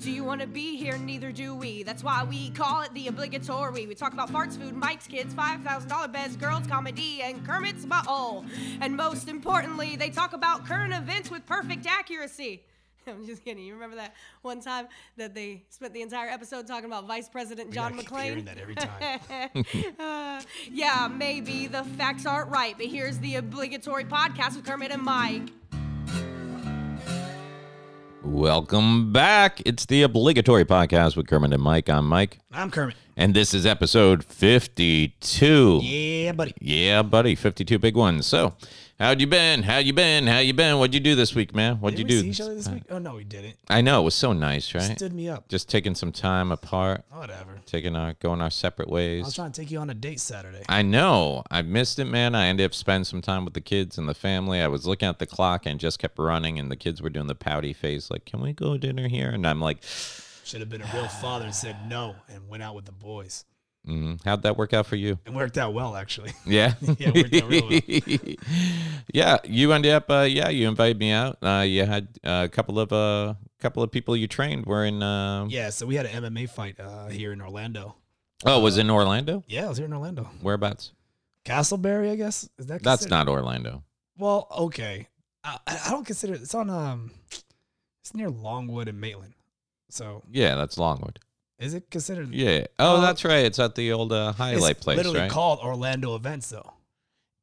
you want to be here, neither do we. That's why we call it the obligatory. We talk about farts, food, mics, kids, $5,000 beds, girls, comedy, and Kermit's butthole. And most importantly, they talk about current events with perfect accuracy. I'm just kidding. You remember that one time that they spent the entire episode talking about Vice President We John gotta keep McClain? hearing that every time. Uh, yeah, maybe the facts aren't right, but here's the obligatory podcast with Kermit and Mike. Welcome back. It's the obligatory podcast with Kermit and Mike. I'm Mike, I'm Kermit. and this is episode 52. Yeah, Yeah, buddy. buddy, 52 big ones. So, how'd you been? How you been? How you been? What'd you do this week, man? What'd Did you we do? see each other this week? Oh no, we didn't. I know it was so nice, right? Stood me up. Just taking some time apart, Whatever. taking our going our separate I was ways. trying to take you on a date Saturday. I know. I missed it, man. I ended up spending some time with the kids and the family. I was looking at the clock and just kept running, and the kids were doing the pouty face, like, "Can we go dinner here?" And I'm like, Should have been a real father and said no and went out with the boys. mm, "How'd that work out for you?" It worked out well actually. Yeah. Yeah, it worked out yeah, you ended up. Uh, yeah, you invited me out. Uh, you had uh, a couple of uh, couple of people you trained were in. Uh, yeah, so we had an MMA fight uh, here in Orlando. Oh, was in Orlando. Yeah, it was here in Orlando. Whereabouts? Castleberry, I guess. Is that That's considered- not Orlando. Well, okay. I, I I don't consider it. It's on um, it's near Longwood and Maitland. So Yeah, that's Longwood. is it considered? Yeah. Oh, Uh, that's right. It's at the old uh, it's highlight place, literally right? called Orlando Events though.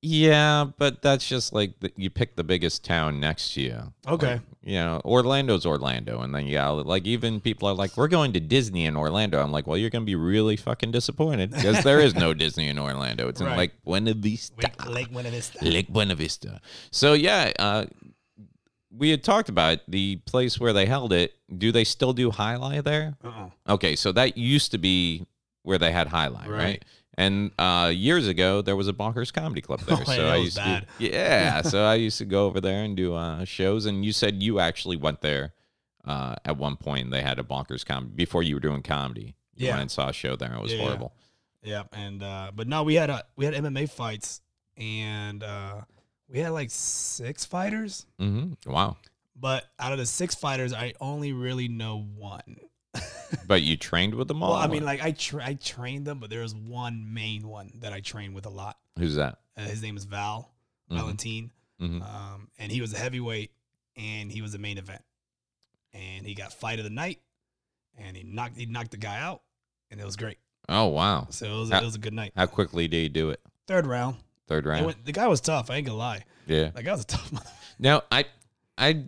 yeah, but that's just like the, you pick the biggest town next to you. Okay. Like, you know, Orlando's Orlando, and then yeah, like even people are like, "We're going to Disney in Orlando." I'm like, "Well, you're gonna be really fucking disappointed because there is no Disney in Orlando. It's in Right. like Buena Vista, Lake, Lake Buena Vista. Lake Buena Vista." So yeah, uh, we had talked about it, the place where they held it. Do they still do highlight there? Uh-uh. Okay, so that used to be where they had Highline, right? Right. And uh, years ago, there was a Bonkers Comedy Club there, Oh, so yeah, I that was used bad. to, yeah, so I used to go over there and do uh, shows. And you said you actually went there uh, at one point. They had a Bonkers Comedy before you were doing comedy. You Yeah. went and saw a show there. and It was Yeah, yeah. horrible. Yeah, and uh, but no, we had uh, we had MMA fights, and uh, we had like six fighters. hmm Wow. But out of the six fighters, I only really know one. But you trained with them all. Well, I mean, or- like I tra- I trained them, but there was one main one that I trained with a lot. who's that? Uh, his name is Val Mhm. Valentine, Mhm. um, and he was a heavyweight, and he was the main event, and he got fight of the night, and he knocked he knocked the guy out, and it was great. Oh wow. So it was, How- it was a good night. How quickly did you do it? Third round, Third It round. went- the guy was tough. I ain't gonna lie, yeah. that guy was a tough. mother- Now, I I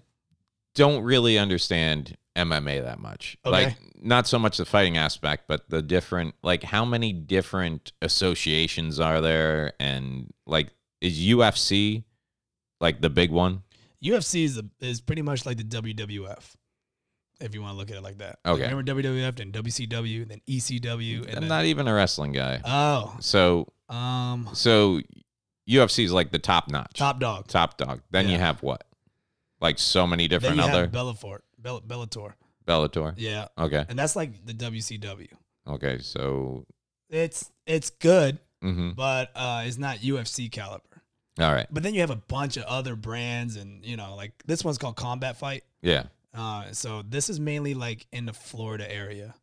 don't really understand MMA that much. Okay. Like not so much the fighting aspect, but the different like how many different associations are there and like is UFC like the big one? UFC is, a, is pretty much like the WWF, if you want to look at it like that. Okay. Like, remember WWF, then WCW, then ECW, and I'm then, not even a wrestling guy. oh, So um, so UFC is like the top notch. Top Dog. top dog. Then you Yeah. have what? Like so many Then different you other have Bellator, Bell, Bellator, Bellator. yeah, Okay. and that's like the WCW. Okay. So It's it's good, mhm. but uh, it's not UFC caliber. all right. But then you have a bunch of other brands, and you know, like this one's called Combat Fight. Yeah. Uh, so this is mainly like in the Florida area.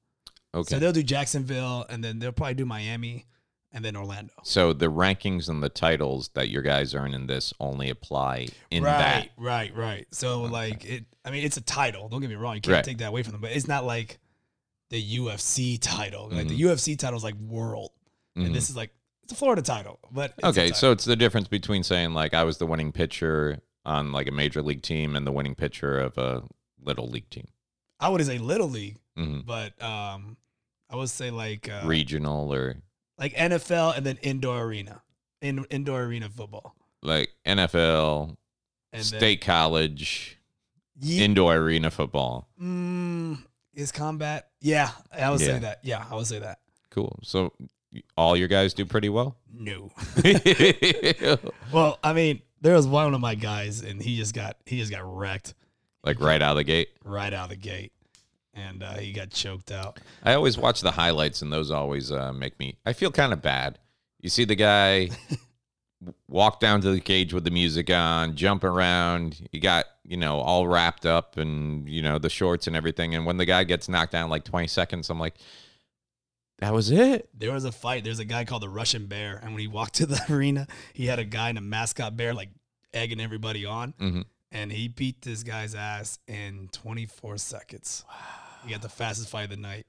Okay. So they'll do Jacksonville, and then they'll probably do Miami, and then Orlando. So the rankings and the titles that your guys earn in this only apply in right, that. Right, right. So Okay. like it I mean it's a title, don't get me wrong, you can't Right. take that away from them, but it's not like the UFC title. Like Mhm. the UFC title is like world. Mhm. And this is like it's a Florida title. But it's a okay, title. so it's the difference between saying like I was the winning pitcher on like a major league team and the winning pitcher of a little league team, I would say little league, Mhm. but um I would say like uh, regional or like NFL and then indoor arena. In indoor arena football. like NFL, And then- E state college, Ye- indoor arena football. mm, is combat. Yeah, I would Yeah. say that. Yeah, I would say that. Cool. So all your guys do pretty well. No. like Well, I mean, there was one of my guys, and he just got he just got wrecked right out of the gate. right out of the gate, and uh, he got choked out. I always watch the highlights, and those always uh, make me. I feel kind of bad. You see the guy walk down to the cage with the music on, jump around. You got, you know, all wrapped up and, you know, the shorts and everything. And when the guy gets knocked down like 20 seconds, I'm like, that was it. There was a fight. There's a guy called the Russian Bear, and when he walked to the arena, he had a guy in a mascot bear like egging everybody on, Mhm. and he beat this guy's ass in 24 seconds. He got the fastest fight of the night,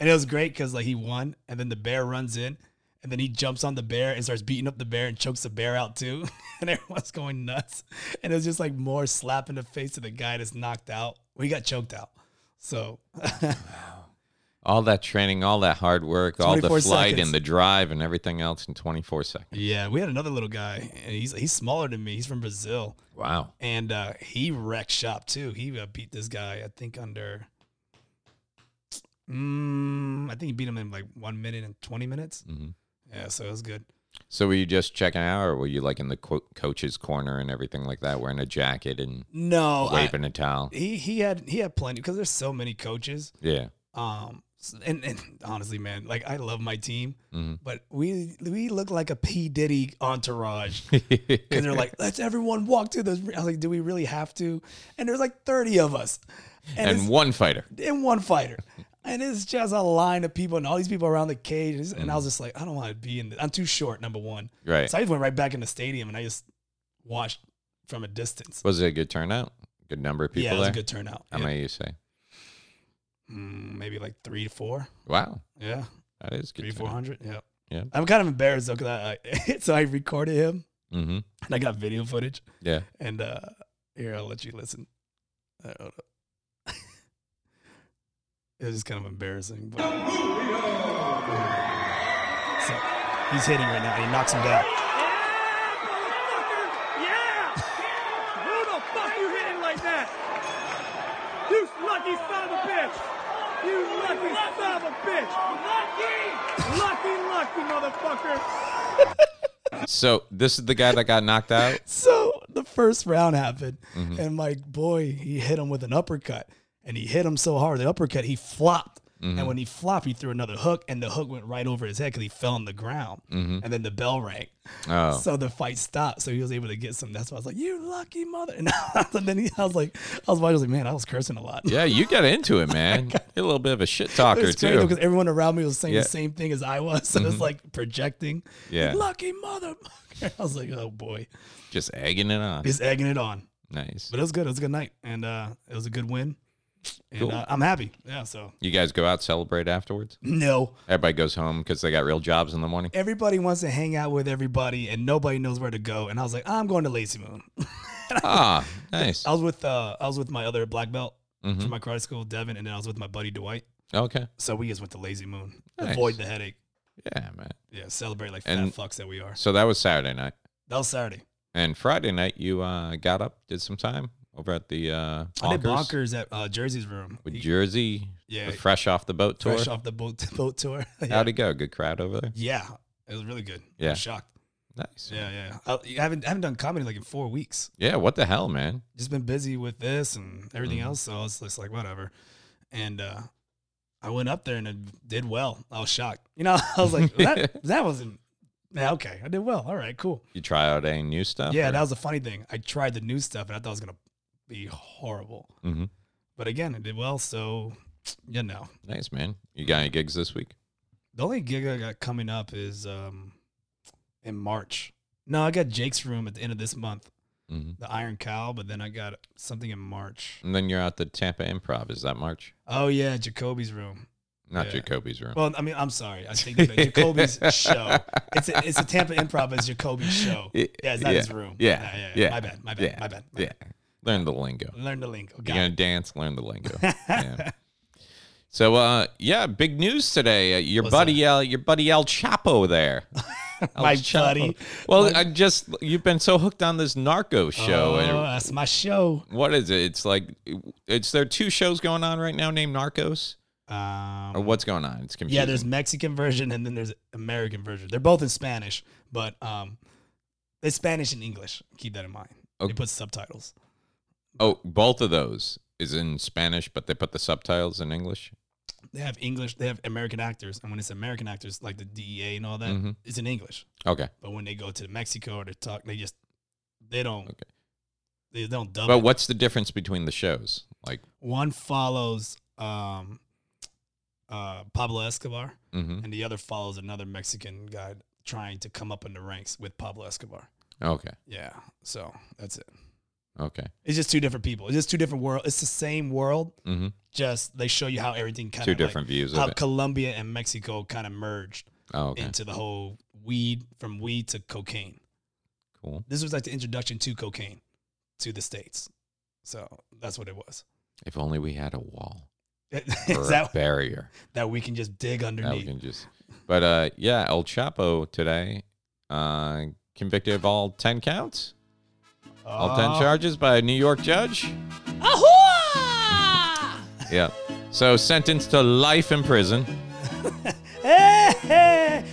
and it was great because like he won, and then the bear runs in, and then he jumps on the bear and starts beating up the bear and chokes the bear out too, and everyone's going nuts, and it was just like more slap in the face of the guy that's knocked out. We got choked out, so All that training, all that hard work, all the 24 flight seconds. and the drive and everything else in 24 seconds. Yeah, we had another little guy, and he's he's smaller than me. He's from Brazil, Wow. and uh, he wrecked shop too. He uh, beat this guy, I think, under. Mm, I think he beat him in like one minute and twenty minutes. hmm Yeah, so it was good. So were you just checking out or were you like in the co- coach's corner and everything like that, wearing a jacket and No, I- waving a towel? he he had he had plenty because there's so many coaches. Yeah. Um, s- and and honestly, man, like I love my team, hmm but we we look like a P Diddy entourage. And they're like, let's everyone walk through those. I was like, do we really have to? And there's like 30 of us. And, and it's one fighter. in one fighter. And it's just a line of people and all these people around the cage. And, it's- and I was just like, I don't want to be in this. I'm too short, number one. Mm. Right. So I just went right back in the stadium and I just watched from a distance. Was it a good turnout? Good number of people yeah, it was there. a good turnout. How Yeah. many you say? Mm, maybe like three to four. Wow, Yeah. that is good. three, 400. Yeah. Yeah. I'm kind of embarrassed though because I, so I recorded him Mm-hmm. and I got video footage. Yeah. And uh here I'll let you listen. I don't know. it was just kind of embarrassing. But... So he's hitting right now. and He knocks him down. Yeah, motherfucker! Yeah! Who the fuck you hitting like that? You lucky son of a bitch! You lucky son of a bitch! Lucky! Lucky, lucky motherfucker! So this is the guy that got knocked out. So the first round happened, Mm-hmm. and my boy, he hit him with an uppercut, and he hit him so hard the uppercut he flopped. Mm-hmm. And when he flopped, he threw another hook, and the hook went right over his head because he fell on the ground. Mm-hmm. And then the bell rang. Oh, So the fight stopped. So he was able to get some. That's why I was like, "You lucky mother!" And then he, I was like, I was watching. I was like, "Man, I was cursing a lot." yeah, you got into it, man. You're a little bit of a shit talker It's crazy too. because everyone around me was saying Yeah. Mm-hmm. the same thing as I was. So it's like projecting. Yeah. Lucky mother. I was like, "Oh boy," Just egging it on. he's egging it on. Nice. But it was good. It was a good night, and uh, it was a good win. And Cool. uh, I'm happy. Yeah. So You guys go out celebrate afterwards. no, Everybody goes home because they got real jobs in the morning. everybody wants to hang out with everybody, and nobody knows where to go. And I was like, I'm going to Lazy Moon. Ah, nice. I was with uh, I was with my other black belt Mhm. from my karate school, Devin, and then I was with my buddy Dwight. Okay. So we just went to Lazy Moon, Nice. avoid the headache. Yeah, man. Yeah, celebrate like And- fat fucks that we are. So that was Saturday night, That was Saturday. and Friday night you uh, got up, did some time over at the uh, I did Bonkers bonkers at uh, Jersey's room. with He- Jersey, Yeah. the fresh off the boat tour. fresh off the boat boat tour. yeah. How'd it go? Good crowd over there. yeah, it was really good. I Yeah. was shocked. Nice. Yeah, yeah. I, I haven't I haven't done comedy like in four weeks. Yeah, what the hell, man? just been busy with this and everything Mhm. else. So I was just like, whatever. And uh, I went up there and it did well. I was shocked. You know, I was like, that, that wasn't. Yeah, okay, I did well. All right, cool. You try out any new stuff? Yeah, or- that was the funny thing. I tried the new stuff and I thought it was gonna be horrible, Mhm. but again, it did well. So, you know, nice, man. You got any gigs this week? the only gig I got coming up is um in March. No, I got Jake's room at the end of this month, hmm the Iron Cow. But then I got something in March. And then you're out the Tampa Improv. Is that March? Oh yeah, Jacoby's room. Not Yeah. Jacoby's room. Well, I mean, I'm sorry. I think that Jacoby's show. It's a, it's a Tampa Improv. It's Jacoby's show. Y- Yeah, it's not yeah, his room. yeah, yeah, yeah, yeah, My bad. My bad. yeah, My bad. my yeah. Learn the lingo. bad. Learn the link. Oh, You're God. gonna dance. Learn the lingo. yeah. So, uh, yeah, big news today. Uh, your What's buddy, uh, your buddy El Chapo there. El My buddy. Well, I just you've been so hooked on this narco show, and Oh, that's my show. what is it? It's like, it's there are two shows going on right now named Narcos, or Um, what's going on? It's confusing. yeah, there's Mexican version and then there's American version. They're both in Spanish, but um, it's Spanish and English. Keep that in mind. They Okay. put subtitles. Oh, both of those is in Spanish, but they put the subtitles in English. they have English, they have American actors, and when it's American actors, like the DEA and all that, Mhm. it's in English. Okay. But when they go to Mexico or they talk, they just they don't Okay. they don't dub. But it. what's the difference between the shows? Like, one follows um, uh, Pablo Escobar, mhm. and the other follows another Mexican guy trying to come up in the ranks with Pablo Escobar. okay. Yeah, so that's it. Okay. It's just two different people. It's just two different world. It's the same world. Mm-hmm. Just they show you how everything kind Two of different views how of it. Colombia and Mexico kind of merged Oh, okay. into the whole weed from weed to cocaine. Cool. This was like the introduction to cocaine to the states. So that's what it was. If only we had a wall or Is a that barrier. that we can just dig Now we underneath? can just. But uh, yeah, El Chapo today uh, convicted of all ten counts, all ten Oh. charges by a New York judge. Ahoy! Yeah. So sentenced to life in prison. and,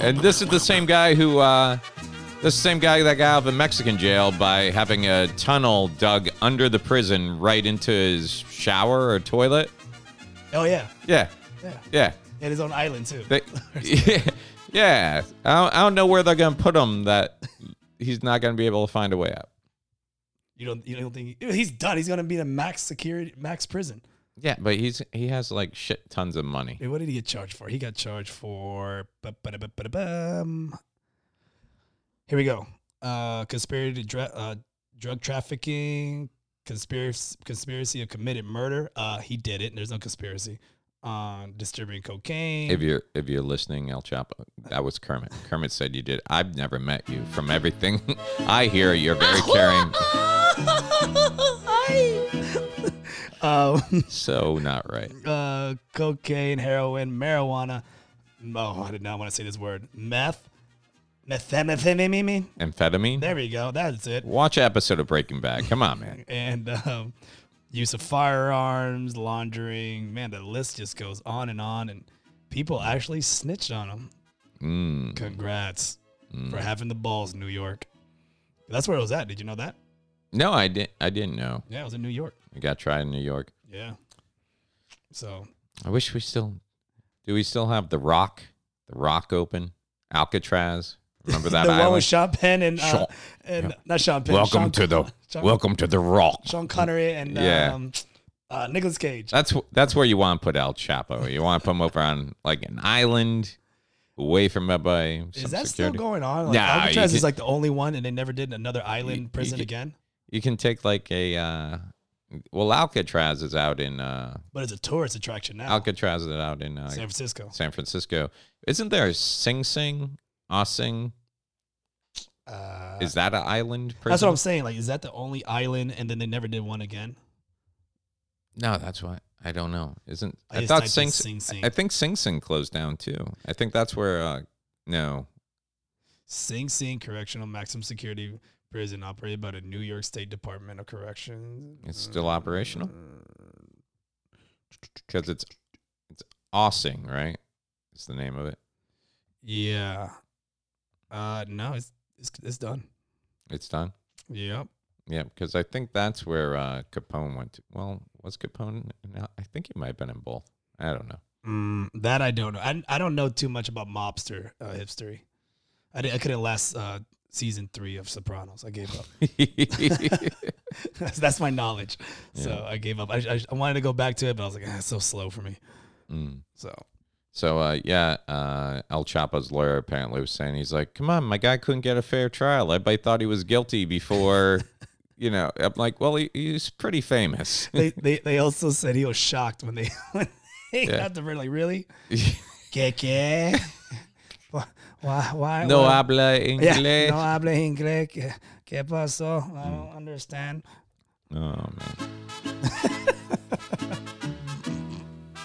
and this is the same guy who, uh, this is the same guy that got out of a Mexican jail by having a tunnel dug under the prison right into his shower or toilet. Oh yeah, Yeah. yeah. Yeah. And his own island too. They, yeah. I don't, I don't know where they're going to put him that he's not going to be able to find a way out. you don't you don't think he's done? He's gonna be in a max security, max prison. Yeah, but he's he has like shit tons of money. Wait, what did he get charged for? He got charged for. ba-ba-da-ba-ba-da-bum. Here we go. Uh, conspiracy to dra- uh, drug trafficking, conspiracy, conspiracy of committed murder. Uh, he did it. There's no conspiracy. On distributing cocaine. If you're if you're listening, El Chapo, that was Kermit. Kermit said you did. I've never met you. From everything I hear, you're very caring, um, so not right. uh, cocaine, heroin, marijuana. Oh, I did not want to say this word. Meth. Methamphetamine. Amphetamine. There we go. That's it. Watch an episode of Breaking Bad. Come on, man. and um, use of firearms, laundering. Man, the list just goes on and on. And people actually snitched on him. Mm. Congrats for having the balls, New York. That's where it was at. Did you know that? No, I didn't. I didn't know. Yeah, it was in New York. I got tried in New York. Yeah. So I wish we still. Do we still have the Rock? The Rock Open, Alcatraz. Remember that the one island? with Sean Penn and, uh, Sean- and not Sean Penn. welcome Sean- to the Sean- Welcome to the Rock. Sean Connery and Yeah. um, uh, Nicholas Cage. That's wh- that's where you want to put El Chapo. You want to put him over on like an island, away from everybody. Is some that security. still going on? Like, Nah, you Alcatraz is can- like the only one, and they never did another island you prison can- again. You can take like a uh, well, Alcatraz is out in uh, But it's a tourist attraction now. Alcatraz is out in uh, Oh. San San, Francisco. Francisco. Isn't there a Sing Sing? Ossing? Uh, Is that an island prison? That's what I'm saying. Like, is that the only island? And then they never did one again. No, that's why I don't know. Isn't I I, just typed thought in Sing Sing Sing? Sing. I think Sing Sing closed down too. I think that's where. Uh, no, Sing Sing Correctional Maximum Security Prison, operated by the New York State Department of Corrections. It's still operational? because it's it's Ossing, right? Is the name of it. Yeah. Uh, no, it's it's, it's done. It's done. Yep. Yeah, because I think that's where uh, Capone went. To. Well, was Capone? in Al- I think he might have been in both. I don't know. Mm, that I don't know. I, I don't know too much about mobster uh, history. I, di- I couldn't last uh, season three of Sopranos. I gave up. That's- That's my knowledge. So Yeah. I gave up. I, I, I wanted to go back to it, but I was like, ah, it's so slow for me. Mm. So So uh, yeah, uh, El Chapo's lawyer apparently was saying he's like, "Come on, my guy couldn't get a fair trial. Everybody thought he was guilty before." you know, I'm like, "Well, he, he's pretty famous." they, they, they also said he was shocked when they when they Yeah. got the verdict. Like, really? Que why, why, why? no why- habla yeah, inglés. Mm. No habla inglés. Que, que pasó? I don't understand. Oh man.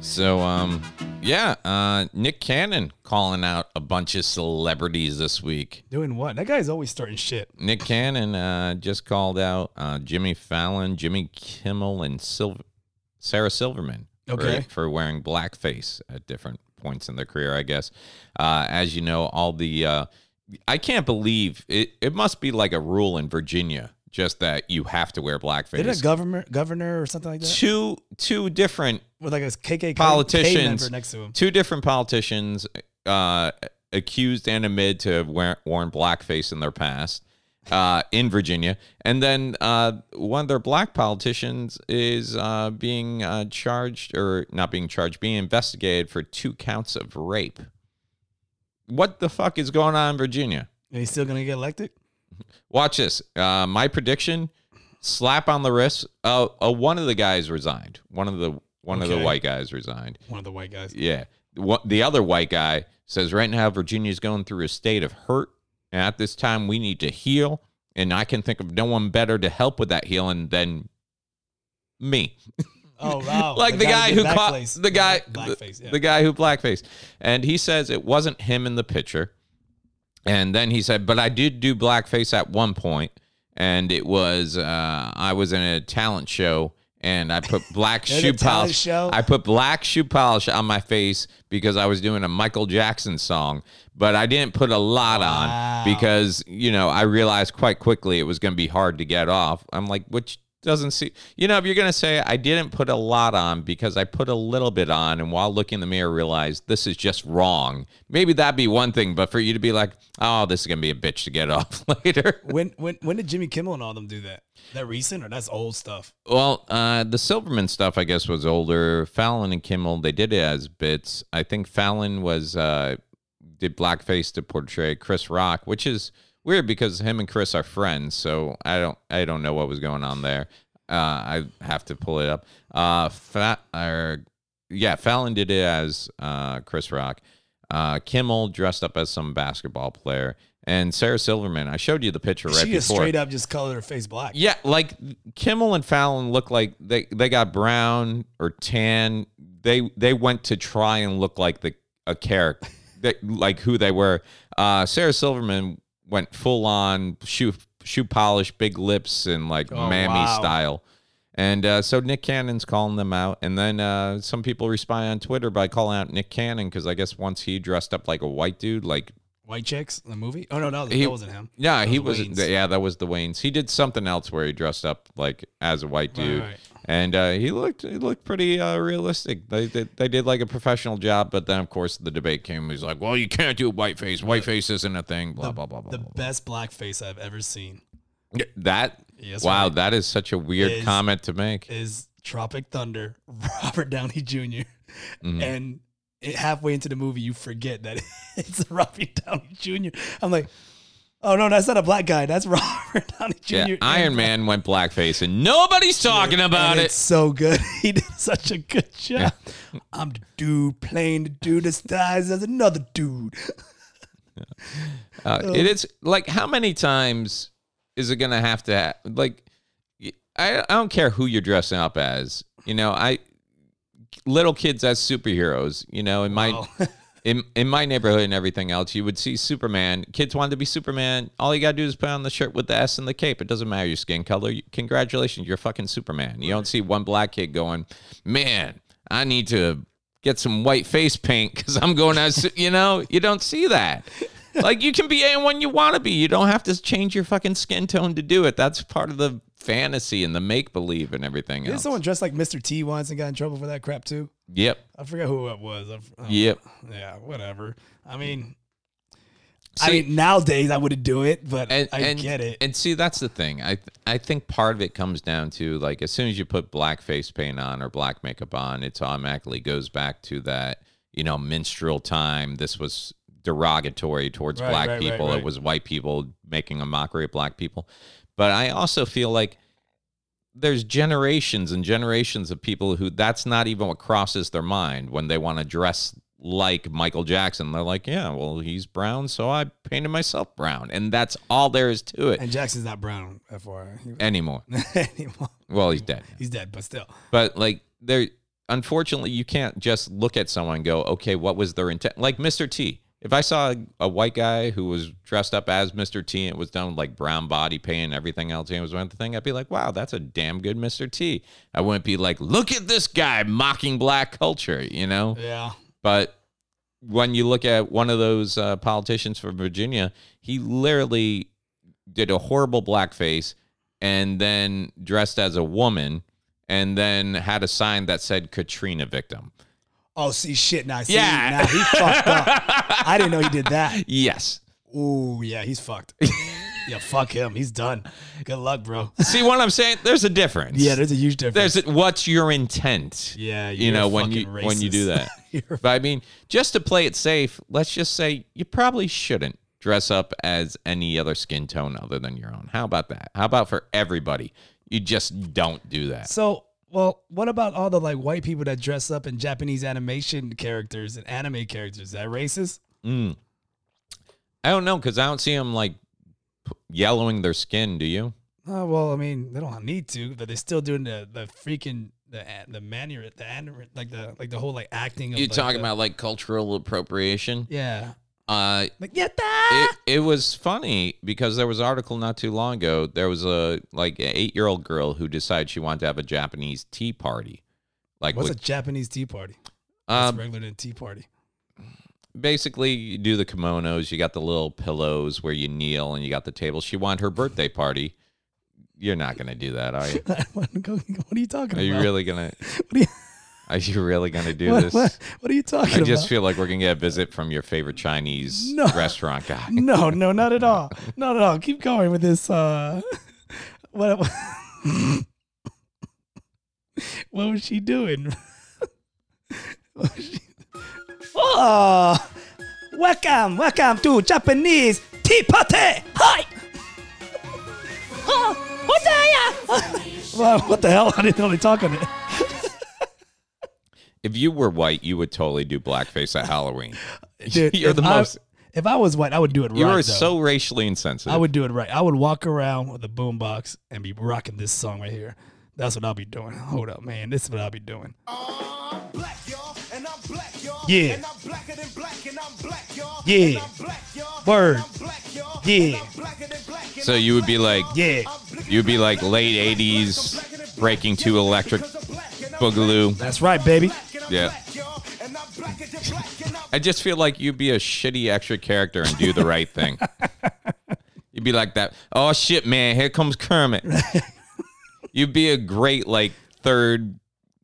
so um yeah, uh Nick Cannon calling out a bunch of celebrities this week. Doing what? That guy's always starting shit. Nick Cannon uh just called out uh Jimmy Fallon, Jimmy Kimmel and Sil- Sarah Silverman for- Okay. for, wearing blackface at different points in their career, I guess. Uh as you know, all the uh I can't believe it it must be like a rule in Virginia just that you have to wear Didn't blackface. a governor governor or something like that two two different with like a KKK Politicians. member next to him? two different politicians uh, accused and admitted to have wear, worn blackface in their past uh, in Virginia, and then uh, one of their black politicians is uh, being uh, charged or not being charged, being investigated for two counts of rape. What the fuck is going on in Virginia? And he's still gonna get elected. Watch this. Uh, my prediction: slap on the wrist. Uh, uh, one of the guys resigned. One of the one of the Okay. white guys resigned. One of the white guys. Yeah. What the other white guy says right now Virginia's going through a state of hurt and at this time we need to heal and I can think of no one better to help with that healing than me. Oh wow! like the, guy, did who caught blackface. the guy blackface. the, Yeah. the guy who blackface. And he says it wasn't him in the picture. And then he said, "But I did do blackface at one point and it was uh, I was in a talent show and I put black In a shoe talent polish. show? I put black shoe polish on my face because I was doing a Michael Jackson song, but I didn't put a lot Wow. on because you know I realized quite quickly it was going to be hard to get off. I'm like, which doesn't see you know if you're going to say I didn't put a lot on because I put a little bit on and while looking in the mirror realized this is just wrong. Maybe that'd be one thing, but for you to be like, oh, this is going to be a bitch to get off later. when when when did Jimmy Kimmel and all them do that? That recent or that's old stuff? Well, uh, the Silverman stuff, I guess, was older. Fallon and Kimmel, they did it as bits. I think Fallon was uh, did blackface to portray Chris Rock, which is weird because him and Chris are friends. So I don't, I don't know what was going on there. Uh, I have to pull it up. Uh, fat or yeah, Fallon did it as uh, Chris Rock. Uh, Kimmel dressed up as some basketball player, and Sarah Silverman. I showed you the picture right she before. just straight up just colored her face black. Yeah, like Kimmel and Fallon look like they, they got brown or tan. They they went to try and look like the a character, that, like who they were. Uh, Sarah Silverman went full on shoe shoe polish, big lips, and like Oh, mammy wow. style. And uh, so Nick Cannon's calling them out, and then uh, some people respond on Twitter by calling out Nick Cannon because I guess once he dressed up like a white dude, like White chicks in the movie? Oh no, no, that He- wasn't him. yeah, That he was was. Wayne's. Yeah, that was the Waynes. He did something else where he dressed up like as a white Right, dude, right. and uh, he looked he looked pretty uh, realistic. They did, they did like a professional job, but then of course the debate came. He's like, "Well, you can't do whiteface. Whiteface isn't a thing." Blah blah blah blah. The blah. best blackface I've ever seen Yeah, That Yes, wow, right. that is such a weird Is- comment to make. is Tropic Thunder, Robert Downey junior Mm-hmm. And it, halfway into the movie, you forget that it's Robert Downey Jr. I'm like, oh no, that's not a black guy. That's Robert Downey Jr. Yeah, And- Iron Man went blackface, and nobody's talking about and it. It's so good. He did such a good job. I'm the dude playing the dude that dies as another dude. Uh, it is like how many times is it gonna have to ha- like y- I, I don't care who you're dressing up as you know i little kids as superheroes you know in my Wow. in, in my neighborhood and everything else you would see superman kids wanted to be superman all you gotta do is put on the shirt with the s and the cape it doesn't matter your skin color You- congratulations you're fucking superman you don't see one black kid going man i need to get some white face paint because i'm going as you know you don't see that like you can be anyone you want to be. You don't have to change your fucking skin tone to do it. That's part of the fantasy and the make believe and everything Did else. someone dressed like Mr. T once and got in trouble for that crap too? Yep. I forget who it was. I f- I don't- Yep. Yeah, whatever. I mean, I See- mean, nowadays I wouldn't do it, but And, I and, get it. And see, that's the thing. I I think part of it comes down to like as soon as you put black face paint on or black makeup on, it automatically goes back to that you know minstrel time. This was derogatory towards Right, black right, right, people. right. It was white people making a mockery of black people. But I also feel like there's generations and generations of people who that's not even what crosses their mind when they want to dress like Michael Jackson. They're like, yeah, well, he's brown, so I painted myself brown. And that's all there is to it and Jackson's not brown, FYI, anymore. anymore. Well, he's dead. He's dead, but still. But like there unfortunately you can't just look at someone and go, okay, what was their intent? Like Mr. T. If I saw a, a white guy who was dressed up as Mr. T and it was done with like brown body paint and everything else, and it was one thing, I'd be like, wow, that's a damn good Mr. T. I wouldn't be like, look at this guy mocking black culture, you know? Yeah. But when you look at one of those uh, politicians from Virginia, he literally did a horrible blackface, and then dressed as a woman and then had a sign that said Katrina victim. Oh, see, shit. Now, see, Yeah. now he fucked up. I didn't know he did that. Yes. Ooh, yeah, he's fucked. yeah, fuck him. He's done. Good luck, bro. See what I'm saying? There's a difference. Yeah, there's a huge difference. there's what's your intent? yeah, you you're know when you fucking when you do racist. that. You're- but I mean, just to play it safe, let's just say you probably shouldn't dress up as any other skin tone other than your own. How about that? How about for everybody? You just don't do that. so, well, what about all the like white people that dress up in Japanese animation characters and anime characters? Is that racist? Mm. I don't know because I don't see them like p- yellowing their skin. Do you? Oh, well, I mean, they don't need to, but they're still doing the the freaking the a- the manner the aner- like the like the whole like acting. Of, You like, talking the- about like cultural appropriation? Yeah, Uh, like get that. it, it was funny because there was an article not too long ago. There was a like an eight year old girl who decided she wanted to have a Japanese tea party. Like What's with- a Japanese tea party? It's um, regular than tea party. basically you do the kimonos, you got the little pillows where you kneel and you got the table. She wanted her birthday party. You're not gonna do that, are you? what are you talking Are you about? really gonna What are you, are you really gonna do what, this? what- what are you talking I about? just feel like we're gonna get a visit from your favorite Chinese No. restaurant guy. no, no, not at all. Not at all. Keep going with this. Uh, what? what was she doing? What was she- oh, welcome, welcome to Japanese tea party. Hi. Oh, what the hell? well, what the hell? I didn't know they talking. It. If you were white, you would totally do blackface at Halloween. Dude, You're if the I- most- If I was white, I would do it right. You are though. so racially insensitive. I would do it right. I would walk around with a boombox and be rocking this song right here. That's what I'll be doing. Hold up, man. This is what I'll be doing. I'm black, y'all, and I'm black, y'all. Yeah. And I'm blacker than black, and I'm black, y'all. Yeah. And I'm black, y'all. Word. And I'm black, y'all. Yeah. And I'm blacker than black, and So I'm you would black, be like- y'all. Yeah. I'm blacker than You'd be black, like late black, '80s black, black, black, Breaking Two yeah, Electric because I'm black, and I'm Boogaloo. That's right, baby. black, and I'm Yeah. black, y'all, and I'm blacker than black, and I'm I just feel like you'd be a shitty extra character and do the right thing. you'd be like that. Oh shit, man! Here comes Kermit. you'd be a great like third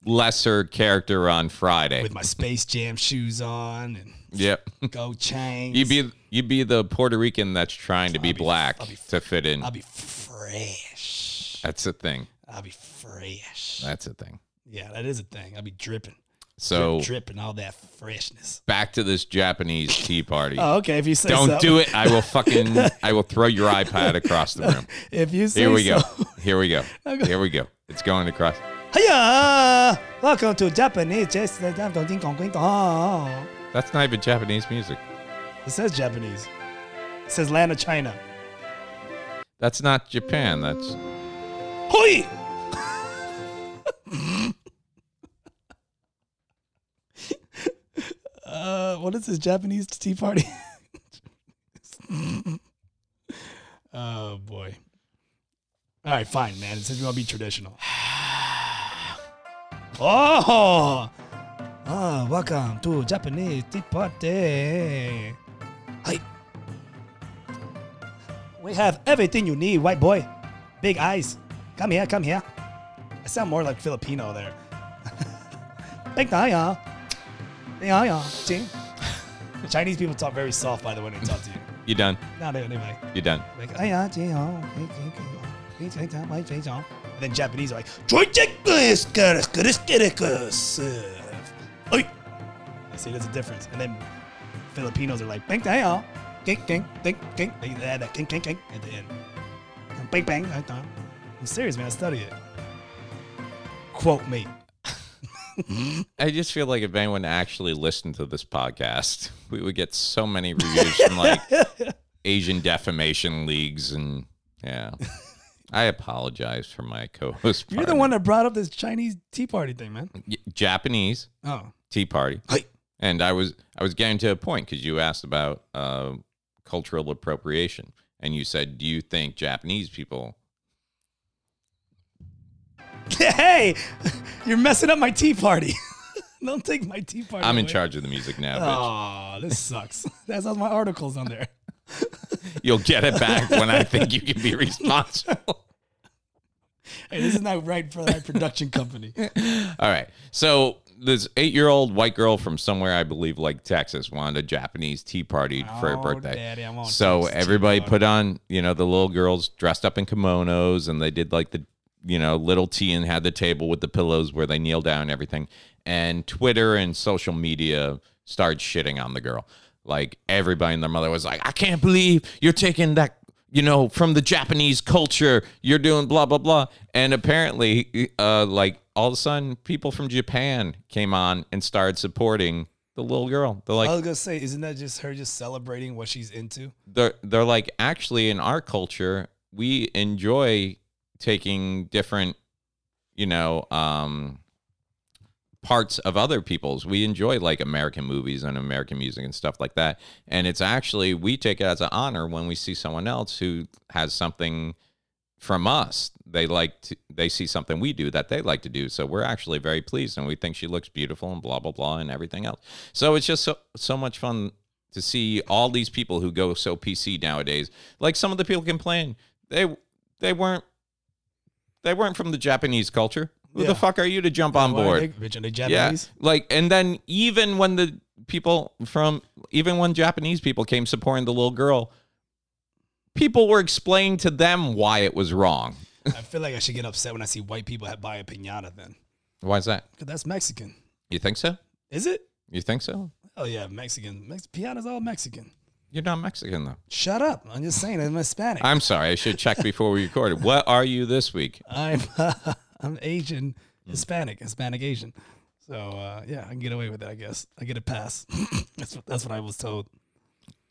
lesser character on Friday. With my Space Jam shoes on and Yep. go chains. You'd be you'd be the Puerto Rican that's trying to be, black to fit in. I'll be fresh. that's a thing. I'll be fresh. That's a thing. Yeah, that is a thing. I'll be dripping. So dripping all that freshness. back to this Japanese tea party. Oh, okay. If you say Don't so. do it. I will fucking I will throw your iPad across the room. If you say Here we go. so. Here we go. Here we go. It's going across. Hiya! Welcome to Japanese. Just ding dong ding dong. That's not even Japanese music. Oh. It says Japanese. It says land of China. That's not Japan. That's Hoi! uh, what is this Japanese tea party? oh boy. All right, fine, man. Since you want to be traditional. oh! Ah, welcome to Japanese tea party. Hi. We have everything you need, white boy. Big eyes. Come here, come here. I sound more like Filipino there. Big eye, Big eye, See? Chinese people talk very soft, by the way, when they talk to you. you done. No, they, they like, You done. like, "Aya, jing, oh, jing, jing, jing, oh, jing, jing, jing, white, jing, jing." And then Japanese are like, "Choichikus, kuris, kuris, kirikus, uh, oi." I see there's a difference. And then Filipinos are like, bang, bang, oh, ding, ding, ding, ding. They add that ding, ding, ding at the end. And bang, bang, right there. I'm serious, man. I study it. Quote me. I just feel like if anyone actually listened to this podcast, we would get so many reviews from like Asian defamation leagues and yeah. I apologize for my co-host. You're the one that brought up this Chinese Tea Party thing, man. that- Japanese Oh, tea party. Hey. And I was I was getting to a point because you asked about uh, cultural appropriation, and you said, "Do you think Japanese people?" hey, you're messing up my Tea Party. Don't take my Tea Party. I'm in away. charge of the music now, bitch. Oh, this sucks. That's all my articles on there. You'll get it back when I think you can be responsible. Hey, this is not right for that production company. All right. So this eight-year-old white girl from somewhere, I believe, like Texas, wanted a Japanese tea party for her Oh, birthday. daddy, I want a so Texas tea everybody party. put on, you know, the little girls dressed up in kimonos, and they did like the, you know, little tea and had the table with the pillows where they kneel down and everything. And Twitter and social media started shitting on the girl. Like everybody and their mother was like, "I can't believe you're taking that." You know, from the Japanese culture, you're doing blah blah blah, and apparently, uh, like all of a sudden, people from Japan came on and started supporting the little girl. They're like, I was gonna say, isn't that just her just celebrating what she's into? they're they're like actually in our culture we enjoy taking different you know um parts of other people's we enjoy like american movies and american music and stuff like that and it's actually we take it as an honor when we see someone else who has something from us they like to they see something we do that they like to do so we're actually very pleased and we think she looks beautiful and blah blah blah and everything else so it's just so so much fun to see all these people who go so pc nowadays like some of the people complain they they weren't they weren't from the japanese culture who Yeah. the fuck are you to jump on Why are board they- Bitch, are they Japanese? yeah, like, and then even when the people from, even when Japanese people came supporting the little girl, people were explaining to them why it was wrong. I feel like I should get upset when I see white people ha- buy a pinata. Then, Why is that? 'Cause that's Mexican. You think so? Is it? You think so? Oh yeah, Mexican. Mex- pinata's all Mexican. You're not Mexican though. Shut up! I'm just saying, I'm Hispanic. I'm sorry. I should check before we recorded. What are you this week? I'm I'm Asian, Hmm. Hispanic, Hispanic Asian. So uh, yeah, I can get away with it. I guess I get a pass. that's what, that's what I was told.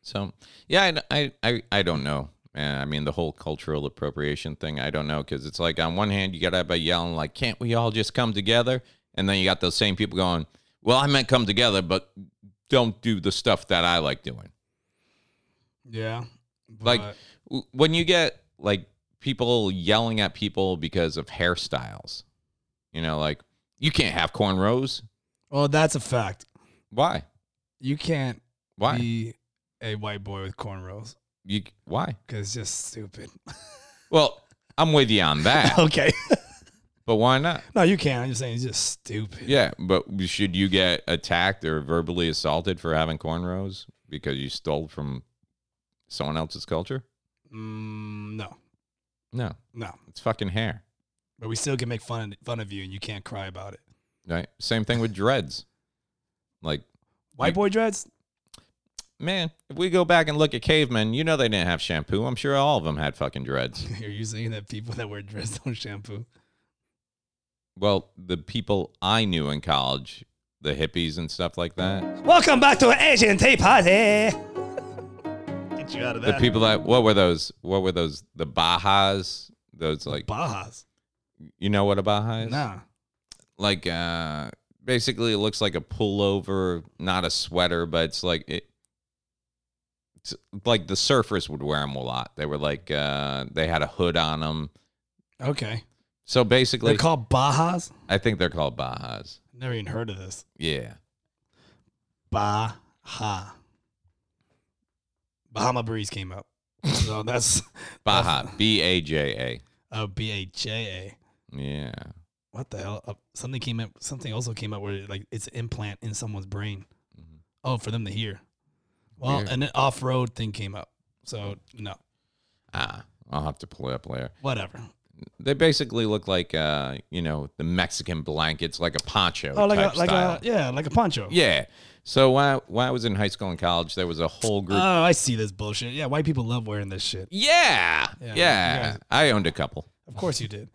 So yeah, I, I, I, I don't know. man. I mean, the whole cultural appropriation thing, I don't know. Cause it's like, on one hand, you got everybody yelling, like, can't we all just come together? And then you got those same people going, well, I meant come together, but don't do the stuff that I like doing. Yeah, Like but- w- when you get like people yelling at people because of hairstyles, you know, like you can't have cornrows. well, that's a fact. Why? You can't Why? be a white boy with cornrows you why? because it's just stupid. Well, I'm with you on that, okay, but why not? no, you can't. I'm just saying it's just stupid. Yeah, but should you get attacked or verbally assaulted for having cornrows because you stole from someone else's culture? Mm, no, No, no, it's fucking hair, but we still can make fun fun of you, and you can't cry about it. right? Same thing with dreads. Like, White boy dreads? man, if we go back and look at cavemen, you know they didn't have shampoo. I'm sure all of them had fucking dreads. Are you saying that people that wear dreads don't shampoo? Well, the people I knew in college, the hippies and stuff like that, Welcome back to an Asian tea party. Get you out of the that. people that what were those? What were those? The Bajas? Those like Bajas. you know what a Baja is? Nah. like uh basically it looks like a pullover not a sweater but it's like it it's like the surfers would wear them a lot they were like uh they had a hood on them Okay. so They're basically called Bajas? i think they're called bajas Never even heard of this. yeah Baja. Bahama Breeze came up. So that's baja b-a-j-a uh, B A J yeah A. What the hell? Uh, something came up. Something also came up where like it's an implant in someone's brain. Oh, for them to hear. Well, Mm-hmm. Weird. and an off road thing came up. So no, ah i'll have to pull it up later whatever. they basically look like uh you know the mexican blankets like a poncho Oh, like type a like style. a yeah, like a poncho. yeah so when I, when I was in high school and college there was a whole group Oh, I see this bullshit. Yeah, white people love wearing this shit. Yeah. Yeah, Yeah. you guys- I owned a couple. Of course you did.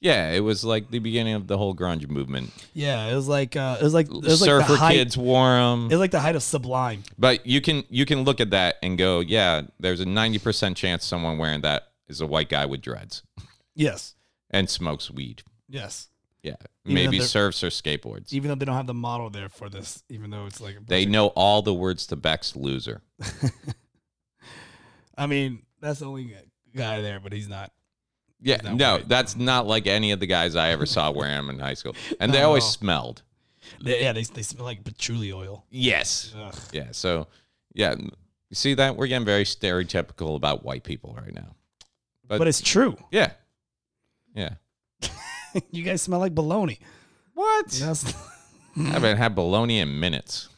Yeah, it was like the beginning of the whole grunge movement. Yeah, it was like uh, it was like it was like Surfer the height, kids wore them. It was like the height of Sublime. but you can you can look at that and go, yeah, there's a 90% chance someone wearing that is a white guy with dreads Yes, and smokes weed. yes. Yeah. Even Maybe if they're- surfs or skateboards. Even though they don't have the model there for this, even though it's like a they bunch of- know all the words to Beck's loser. I mean, that's the only guy there, but he's not. Yeah, that no, right? that's not like any of the guys I ever saw wearing them in high school. And they Not at always all. smelled. They, yeah, they they smell like patchouli oil. Yes. Ugh. Yeah. So, yeah, you see that we're getting very stereotypical about white people right now. But it's true. Yeah, yeah. you guys smell like bologna. What? That's, I haven't had bologna in minutes.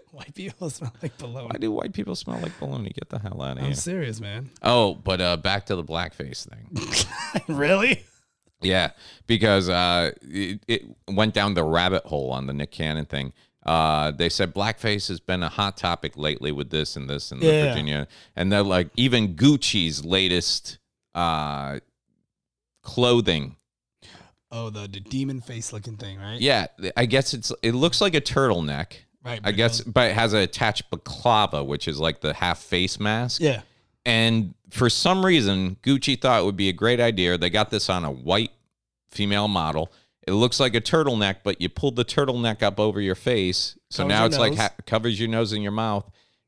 white people smell like bologna. Why do white people smell like bologna? Get the hell out of I'm here. serious, man. Oh, but uh, back to the blackface thing. really? yeah, because uh, it, it went down the rabbit hole on the Nick Cannon thing. Uh, they said blackface has been a hot topic lately with this and this and the Yeah. Virginia, and they're like even Gucci's latest uh, clothing. Oh, the, the demon face looking thing, right? Yeah, I guess it's it looks like a turtleneck. Right. I but it guess, goes- but it has an attached baklava, which is like the half face mask. Yeah. And for some reason, Gucci thought it would be a great idea. They got this on a white female model. It looks like a turtleneck, but you pull the turtleneck up over your face. So Covers now your it's like nose. ha- covers your nose and your mouth.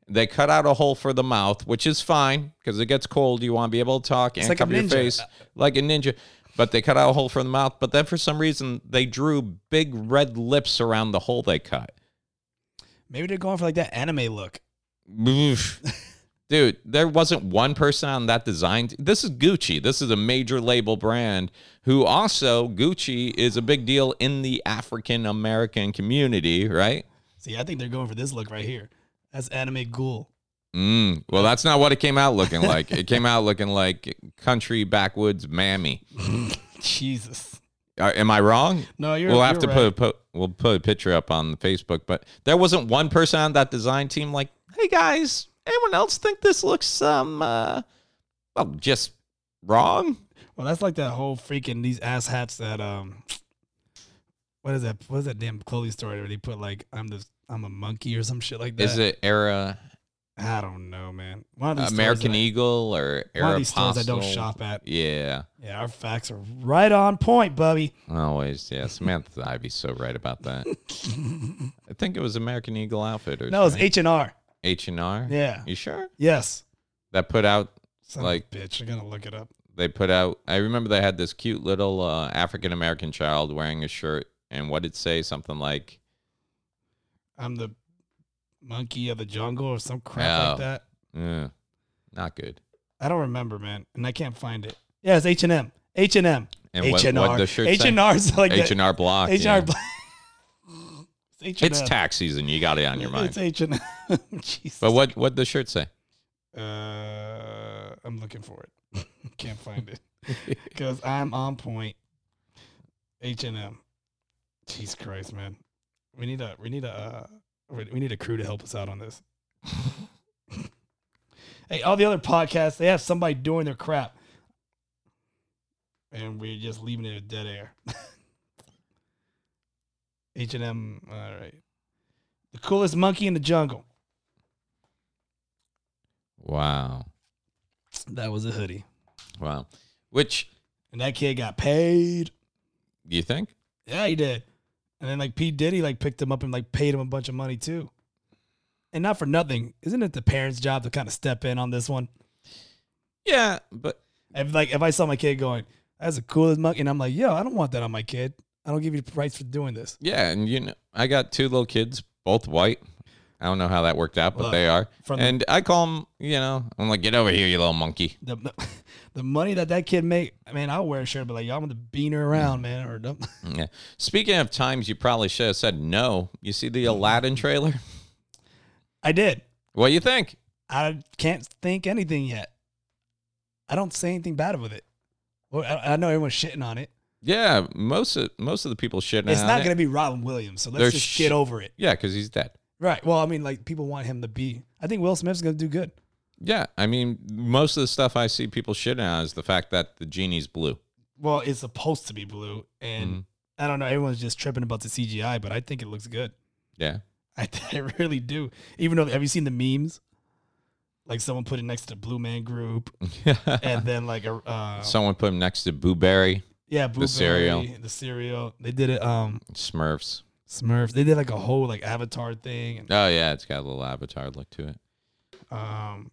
They cut out a hole for the mouth, which is fine because it gets cold. You want to be able to talk and like a cover your ninja. face like a ninja. But they cut out a hole for the mouth. But then for some reason, they drew big red lips around the hole they cut. Maybe they're going for like that anime look. Oof. Dude, there wasn't one person on that design. t- This is Gucci. This is a major label brand who also Gucci is a big deal in the African American community, right? See, I think they're going for this look right here. That's anime ghoul. Mm. Well, that's not what it came out looking like. It came out looking like country backwoods mammy. Jesus. Uh, am I wrong? No, you're. we'll you're have to put, right. a po- we'll put a picture up on Facebook, but there wasn't one person on that design team like, hey guys, anyone else think this looks um uh well just wrong? Well, that's like that whole freaking these ass hats that um. What is that? What is that damn clothing store where they put like I'm the I'm a monkey or some shit like that? Is it era I don't know, man. One of these stores American that- Eagle or era One of these stores I don't Postal? shop at. Yeah, Yeah, our facts are right on point, Bubby. always. Yeah, Samantha Ivy's so right about that. I think it was American Eagle Outfitters. No, it's right? H and R. H and R. Yeah. you sure? Yes. That put out Son of a Like- bitch, I'm gonna look it up. they put out i remember they had this cute little uh, african american child wearing a shirt and what did it say something like I'm the monkey of the jungle or some crap Oh. like that. eh, not good I don't remember, man, and I can't find it. Yeah, it's H and M. H and M. and H what, and what R. the shirt H and R's like h and r block H yeah. and R. it's tax season you got it on your It's mind H and M. Jesus. but what what the shirt say Uh, I'm looking for it. can't find it because I'm on point. H and M. Jesus Christ, man. We need a. We need a. Uh, we we need a crew to help us out on this. hey, all the other podcasts, they have somebody doing their crap, and we're just leaving it at dead air. H and M. All right. The coolest monkey in the jungle. wow That was a hoodie. wow which and that kid got paid. you think Yeah, he did. And then like P Diddy like picked him up and like paid him a bunch of money too. And not for nothing, isn't it the parents' job to kind of step in on this one? yeah but If like if I saw my kid going, "That's the coolest monkey," and I'm like, "Yo, I don't want that on my kid. I don't give you rights for doing this." yeah and you know i got two little kids both white i don't know how that worked out but Look, they are from the- and i call them you know i'm like get over here you little monkey The the, the money that that kid make, I mean, I'll wear a shirt, but like, y'all want to bean her around, man, or don't- Yeah. Speaking of times you probably should have said no, you see Mm-hmm. the Aladdin trailer? I did. What do you think? I can't think anything yet. I don't say anything bad with it. Well, I, I know everyone's shitting on it. Yeah, most of most of the people shitting It's on not it. going to be Robin Williams, so let's They're just sh- get over it. Yeah, because he's dead. Right. Well, I mean, like people want him to be. I think Will Smith's going to do good. Yeah, I mean, most of the stuff I see people shitting on is the fact that the genie's blue. Well, it's supposed to be blue, and Mhm. I don't know. Everyone's just tripping about the CGI, but I think it looks good. Yeah, I, I really do. Even though, have you seen the memes? Like someone put it next to Blue Man Group, and then like a uh, someone put him next to Boo Berry, yeah, Boo cereal. Berry, the cereal. They did it. Um, Smurfs. Smurfs. They did like a whole like Avatar thing, and Oh yeah, it's got a little Avatar look to it. Um,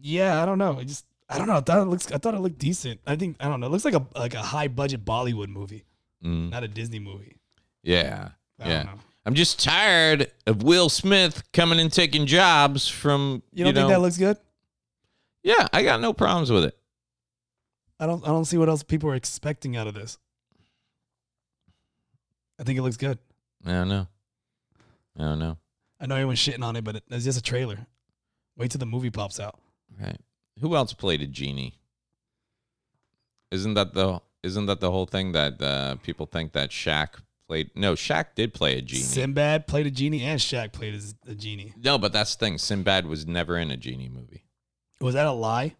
yeah, I don't know. I just I don't know. I thought it looks. I thought it looked decent. I think I don't know. It looks like a like a high budget Bollywood movie, Mm. not a Disney movie. Yeah, I yeah. don't know. I'm just tired of Will Smith coming and taking jobs from You don't think that looks good? Yeah, I got no problems with it. I don't I don't see what else people are expecting out of this. I think it looks good. I don't know. I don't know. I know everyone's shitting on it, but it- it's just a trailer. Wait till the movie pops out. Right. Who else played a genie? Isn't that the isn't that the whole thing that uh, people think that Shaq played? No, Shaq did play a genie. Sinbad played a genie and Shaq played as a genie. no, but that's the thing. Sinbad was never in a genie movie. Was that a lie?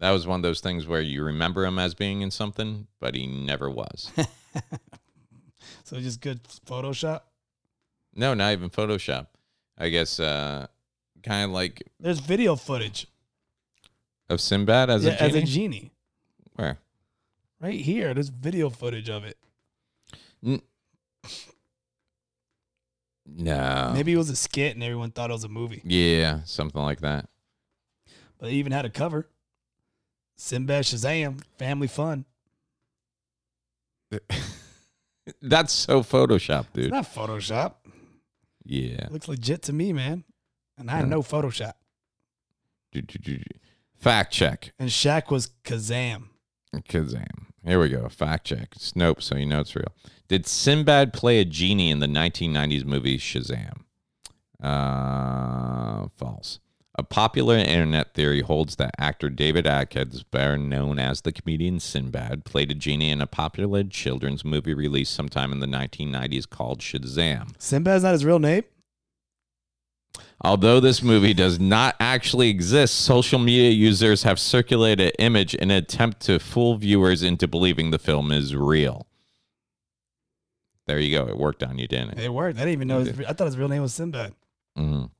That was one of those things where you remember him as being in something, but he never was. So just good Photoshop. no, not even Photoshop. I guess uh, kind of like There's video footage of Sinbad as yeah, a as genie. a genie Where? right here. There's video footage of it. No. Maybe it was a skit and everyone thought it was a movie. Yeah, something like that. But they even had a cover. Sinbad Shazam, family fun. That's so Photoshop, It's dude. not Photoshop. Yeah. It looks legit to me, man. And I Yeah. know Photoshop. Do, do, do, do. Fact check. And Shaq was Kazam. Kazam. Here we go. Fact check. Snope, so you know it's real. Did Sinbad play a genie in the 1990s movie Shazam? Uh, false. A popular internet theory holds that actor David Atkins, better known as the comedian Sinbad, played a genie in a popular children's movie released sometime in the 1990s called Shazam. Sinbad's not his real name. Although this movie does not actually exist, social media users have circulated an image in an attempt to fool viewers into believing the film is real. There you go. It worked on you, didn't it? It worked. I didn't even know. His, I thought his real name was Sinbad. Mhm.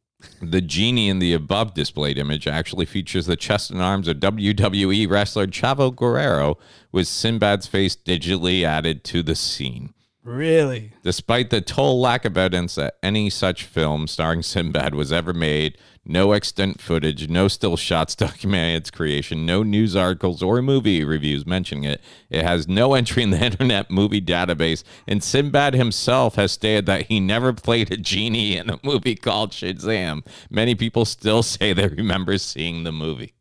The genie in the above displayed image actually features the chest and arms of WWE wrestler Chavo Guerrero, with Sinbad's face digitally added to the scene. Really? Despite the total lack of evidence that any such film starring Sinbad was ever made, no extant footage, no still shots documenting its creation, no news articles or movie reviews mentioning it, it has no entry in the Internet Movie Database, and Sinbad himself has stated that he never played a genie in a movie called Shazam. Many people still say they remember seeing the movie.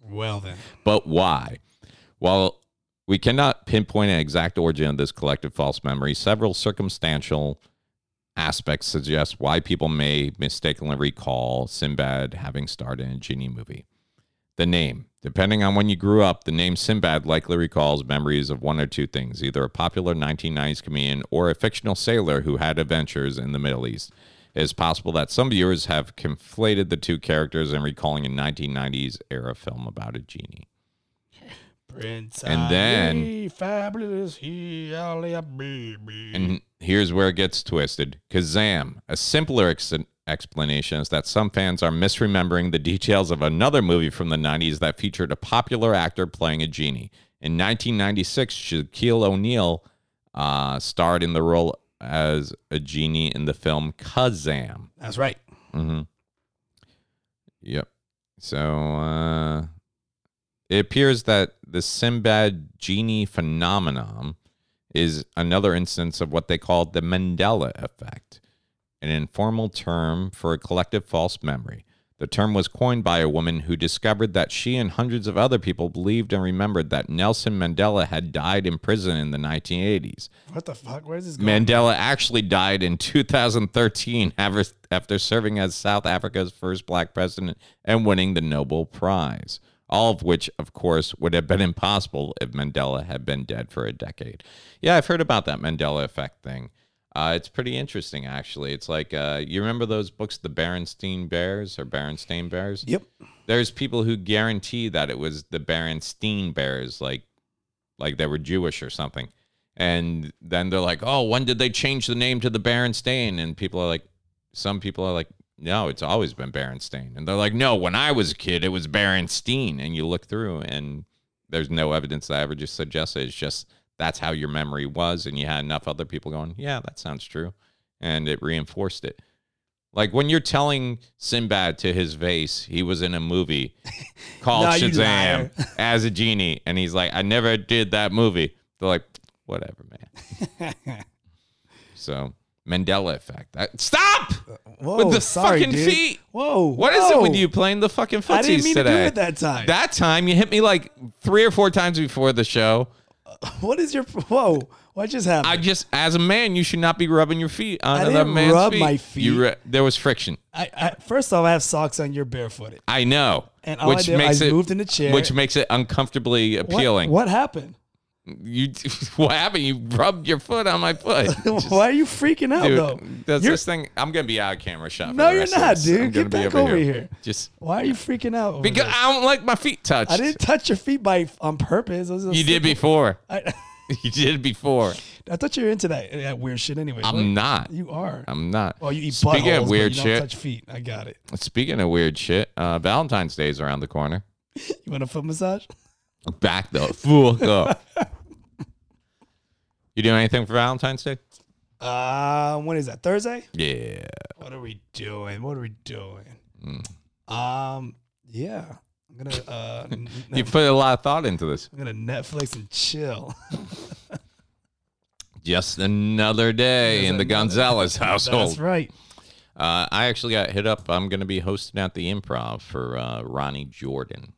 Well then, But why? While we cannot pinpoint an exact origin of this collective false memory, several circumstantial aspects suggest why people may mistakenly recall Sinbad having starred in a genie movie. The name. Depending on when you grew up, the name Sinbad likely recalls memories of one or two things either a popular 1990s comedian or a fictional sailor who had adventures in the Middle East. It is possible that some viewers have conflated the two characters and recalling a 1990s era film about a genie. Prince. And then- Ali, uh, fabulous. He Ali, a baby. And here's where it gets twisted. Kazam, a simpler ex- explanation is that some fans are misremembering the details of another movie from the 90s that featured a popular actor playing a genie. In 1996, Shaquille O'Neal uh, starred in the role as a genie in the film Kazam. That's right. Mm-hmm. Yep. So uh, it appears that the Sinbad genie phenomenon is another instance of what they call the Mandela effect, an informal term for a collective false memory. The term was coined by a woman who discovered that she and hundreds of other people believed and remembered that Nelson Mandela had died in prison in the 1980s. What the fuck? Where's this going? Mandela actually died in 2013 aver- after serving as South Africa's first black president and winning the Nobel Prize. All of which, of course, would have been impossible if Mandela had been dead for a decade. Yeah, I've heard about that Mandela effect thing. Uh, it's pretty interesting, actually. It's like uh, you remember those books, The Berenstain Bears or Berenstain Bears? Yep. There's people who guarantee that it was the Berenstain Bears, like like they were Jewish or something. And then they're like, "Oh, when did they change the name to the Berenstain?" And people are like, some people are like, "No, it's always been Berenstain." And they're like, "No, when I was a kid, it was Berenstein." And you look through, and there's no evidence that ever just suggests it. It's just that's how your memory was, and you had enough other people going, "Yeah, that sounds true," and it reinforced it. Like when you're telling Sinbad to his face, he was in a movie called Nah, you Shazam liar. as a genie, and he's like, "I never did that movie." They're like, "Whatever, man." so Mandela effect. That- stop Uh, Whoa, with the sorry, fucking dude. feet. Whoa. What is it whoa. with you playing the fucking footsies I didn't mean to do today? it that time. That time you hit me like three or four times before the show. What is your whoa? What just happened? I just, as a man, you should not be rubbing your feet on I another didn't man's rub feet. my feet. You re- there was friction. I, I first off, I have socks on. You're barefooted. I know, And all I did- I moved in a chair. which makes it uncomfortably What, appealing. What happened? You, what happened? You rubbed your foot on my foot. Just- Why are you freaking out dude, though? does You're- this thing? I'm gonna be out of camera shot. for No, the you're rest of not, this. dude. I'm Get gonna be back over here. Just Why are you freaking out? over because this? I don't like my feet touched. I didn't touch your feet by on purpose. It was a You did simple- before. I, You did before. I thought you were into that, that weird shit anyway. I'm not. You are. I'm not. well, you eat buttholes, Speaking of but weird you don't shit. touch feet. I got it. Speaking of weird shit, uh, Valentine's Day is around the corner. You want a foot massage? Back the fuck up. You doing anything for Valentine's Day? Uh, when is that? Thursday? Yeah. What are we doing? What are we doing? Mm. Um, yeah, I'm gonna uh, n- You put a lot of thought into this. I'm gonna Netflix and chill. Just another day Just in the another- Gonzalez household. That's right. Uh, I actually got hit up. I'm going to be hosting at the Improv for uh, Ronnie Jordan.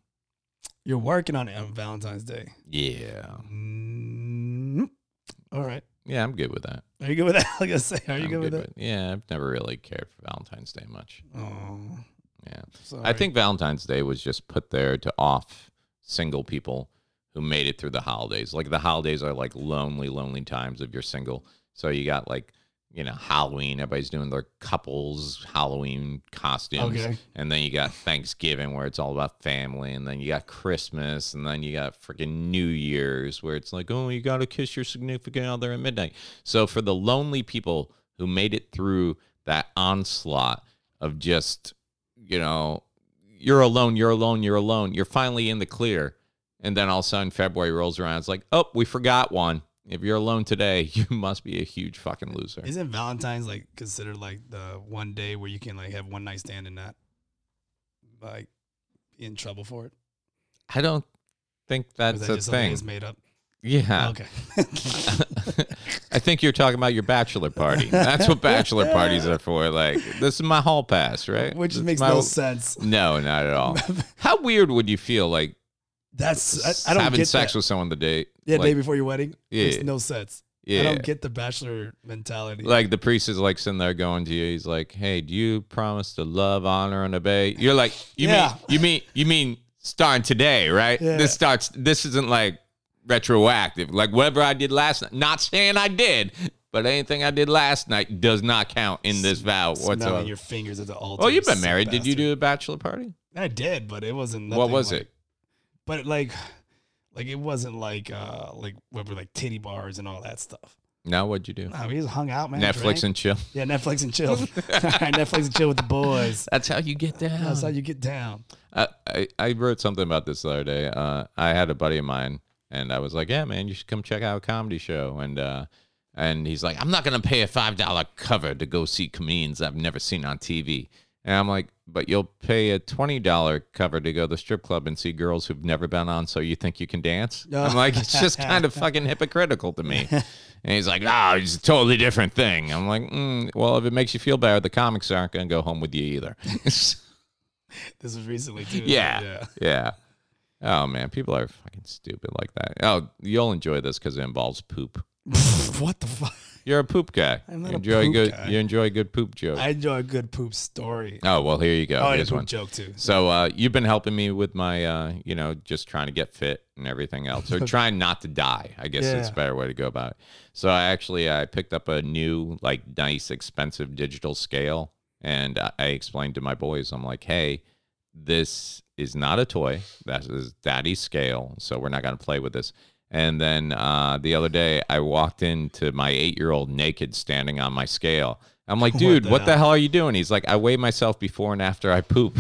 You're working on it on Valentine's Day. Yeah. Mm, All right. Yeah, I'm good with that. Are you good with that? Like I say, are you I'm good with that? Yeah, I've never really cared for Valentine's Day much. Oh, Yeah. I sorry. think Valentine's Day was just put there to off single people who made it through the holidays. Like the holidays are like lonely, lonely times if you're single. So you got like, you know, Halloween, everybody's doing their couples Halloween costumes. Okay. And then you got Thanksgiving where it's all about family. And then you got Christmas. And then you got freaking New Year's where it's like, oh, you got to kiss your significant other at midnight. So for the lonely people who made it through that onslaught of just, you know, you're alone, you're alone, you're alone. You're finally in the clear. And then all of a sudden February rolls around. It's like, oh, we forgot one. If you're alone today, you must be a huge fucking loser. Isn't Valentine's like considered like the one day where you can like have one night stand and not like be in trouble for it? I don't think Or is that's that a just something thing. that's made up. Yeah. Okay. I think you're talking about your bachelor party. That's what bachelor parties are for. Like, this is my hall pass, right? Which This is makes my- no sense. No, not at all. How weird would you feel like That's I, I don't having get sex that. with someone the day? yeah, like, day before your wedding. Makes Yeah. no sense. Yeah. I don't get the bachelor mentality. like the priest is like sitting there going to you. He's like, "Hey, do you promise to love, honor, and obey?" You're like, "You Yeah. mean you mean you mean starting today, right? Yeah. This starts. This isn't like retroactive. Like whatever I did last night. Not saying I did, but anything I did last night does not count in this vow Smelling whatsoever." your fingers at the altar. Oh, you've you been sick married. Did you bastard. do a bachelor party? I did, but it wasn't. what nothing was like- it? But like, like it wasn't like uh like what were like titty bars and all that stuff. No, what'd you do? No, we just hung out, man. Netflix drank. and chill. yeah, Netflix and chill. Netflix and chill with the boys. That's how you get down. That's how you get down. I, I- I wrote something about this the other day. Uh, I had a buddy of mine, and I was like, "Yeah, man, you should come check out a comedy show." And uh, and he's like, "I'm not gonna pay a five dollar cover to go see comedians I've never seen on TV." And I'm like, "But you'll pay a twenty dollar cover to go to the strip club and see girls who've never been on, so you think you can dance?" I'm like, "It's just kind of fucking hypocritical to me." And he's like, "Oh, it's a totally different thing." I'm like, mm, "Well, if it makes you feel better, the comics aren't gonna go home with you either." This was recently too. Yeah. yeah. Yeah. Oh man, people are fucking stupid like that. Oh, you'll enjoy this because it involves poop. what the fuck? You're a poop guy. I'm not you a enjoy poop good. guy. You enjoy a good poop joke. I enjoy a good poop story. oh well, here you go. oh, and a Here's poop one. joke too. So uh, you've been helping me with my, uh, you know, just trying to get fit and everything else, or trying not to die. I guess it's Yeah. a better way to go about it. So I actually I picked up a new like nice expensive digital scale, and I, I explained to my boys, I'm like, hey, this is not a toy. That is daddy's scale, so we're not gonna play with this. And then uh, the other day, I walked into my eight year old naked standing on my scale. I'm like, dude, the what the hell?" hell are you doing? He's like, I weigh myself before and after I poop.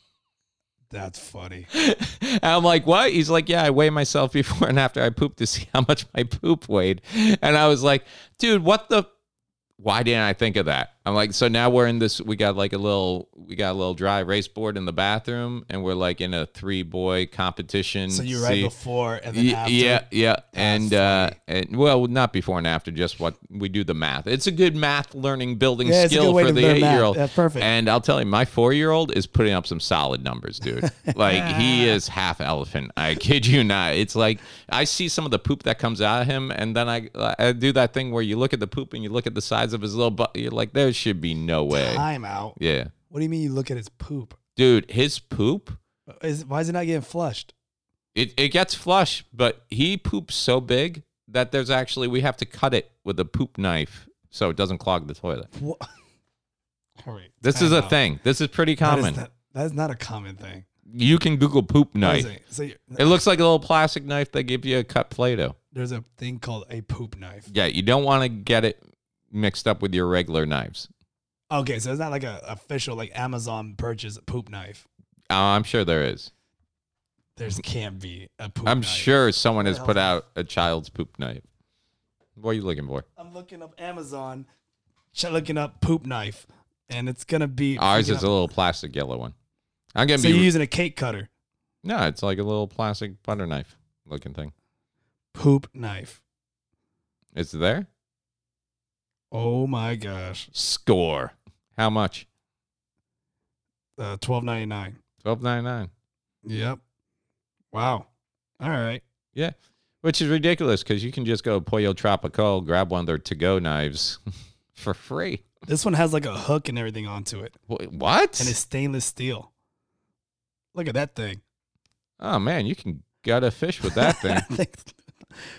That's funny. And I'm like, what? He's like, yeah, I weigh myself before and after I poop to see how much my poop weighed. And I was like, dude, what the? Why didn't I think of that? I'm like, so now we're in this. We got like a little, we got a little dry race board in the bathroom, and we're like in a three boy competition. So you right See- before and then Ye- after. Yeah, yeah, and uh, funny. and well, not before and after, just what we do the math. It's a good math learning building Yeah, it's a skill good way for to the learn eight math. year old. Yeah, perfect. And I'll tell you, my four year old is putting up some solid numbers, dude. like he is half elephant. I kid you not. It's like I see some of the poop that comes out of him, and then I I do that thing where you look at the poop and you look at the size of his little butt. You're like, there should be no way. Time out. Yeah, What do you mean you look at his poop? dude, his poop. Is why is it not getting flushed? It, it gets flush, but he poops so big that there's actually we have to cut it with a poop knife so it doesn't clog the toilet. Wha- All right. This time is a out. thing. This is pretty That is common. not- that is not a common thing. you can Google poop What is knife. it? So you- It looks like a little plastic knife they give you a cut Play-Doh. there's a thing called a poop knife. Yeah, you don't want to get it mixed up with your regular knives. Okay, so it's not like a official like Amazon purchase poop knife. Uh, I'm sure there is. There's can't be a poop. I'm knife. sure someone has the put hell's out a child's poop knife. What are you looking for? I'm looking up Amazon, ch- looking up poop knife, and it's gonna be Ours freaking is a up- little plastic yellow one. I'm gonna So be you're using a cake cutter, no. It's like a little plastic butter knife looking thing. poop knife. It's there. Oh my gosh, Score. How much? uh, twelve ninety nine. Twelve ninety nine. Yep. Wow. All right. Yeah, which is ridiculous because you can just go to Pollo Tropical, grab one of their to-go knives for free. This one has like a hook and everything onto it, Wh- What? and it's stainless steel. Look at that thing. oh man, you can gut a fish with that thing.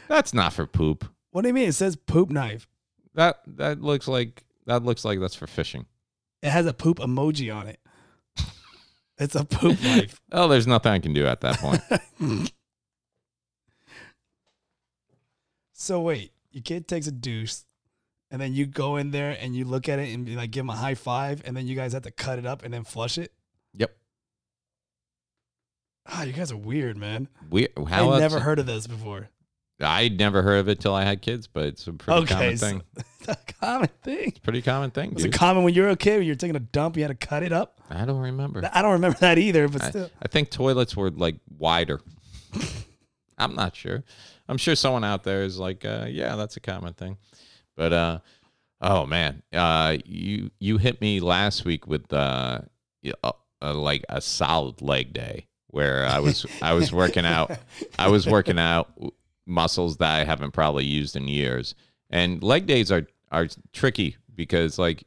That's not for poop. what do you mean? It says poop knife. That that looks like that looks like that's for fishing. It has a poop emoji on it. It's a poop knife. Oh, there's nothing I can do at that point. So wait, your kid takes a deuce, and then you go in there and you look at it and be like give him a high five, and then you guys have to cut it up and then flush it. yep. Ah, you guys are weird, man. We how I else- never heard of this before. I'd never heard of it till I had kids, but it's a pretty Okay, common so- thing. It's a common thing. Pretty common thing, Was it dude. common when you were a kid? When you were taking a dump, you had to cut it up. I don't remember. I don't remember that either, but I, still. I think toilets were like wider. I'm not sure. I'm sure someone out there is like, uh, yeah, that's a common thing. But uh, oh man, uh, you you hit me last week with uh, y- uh, uh, like a solid leg day where I was I was working out. I was working out w- muscles that I haven't probably used in years. And leg days are are tricky because like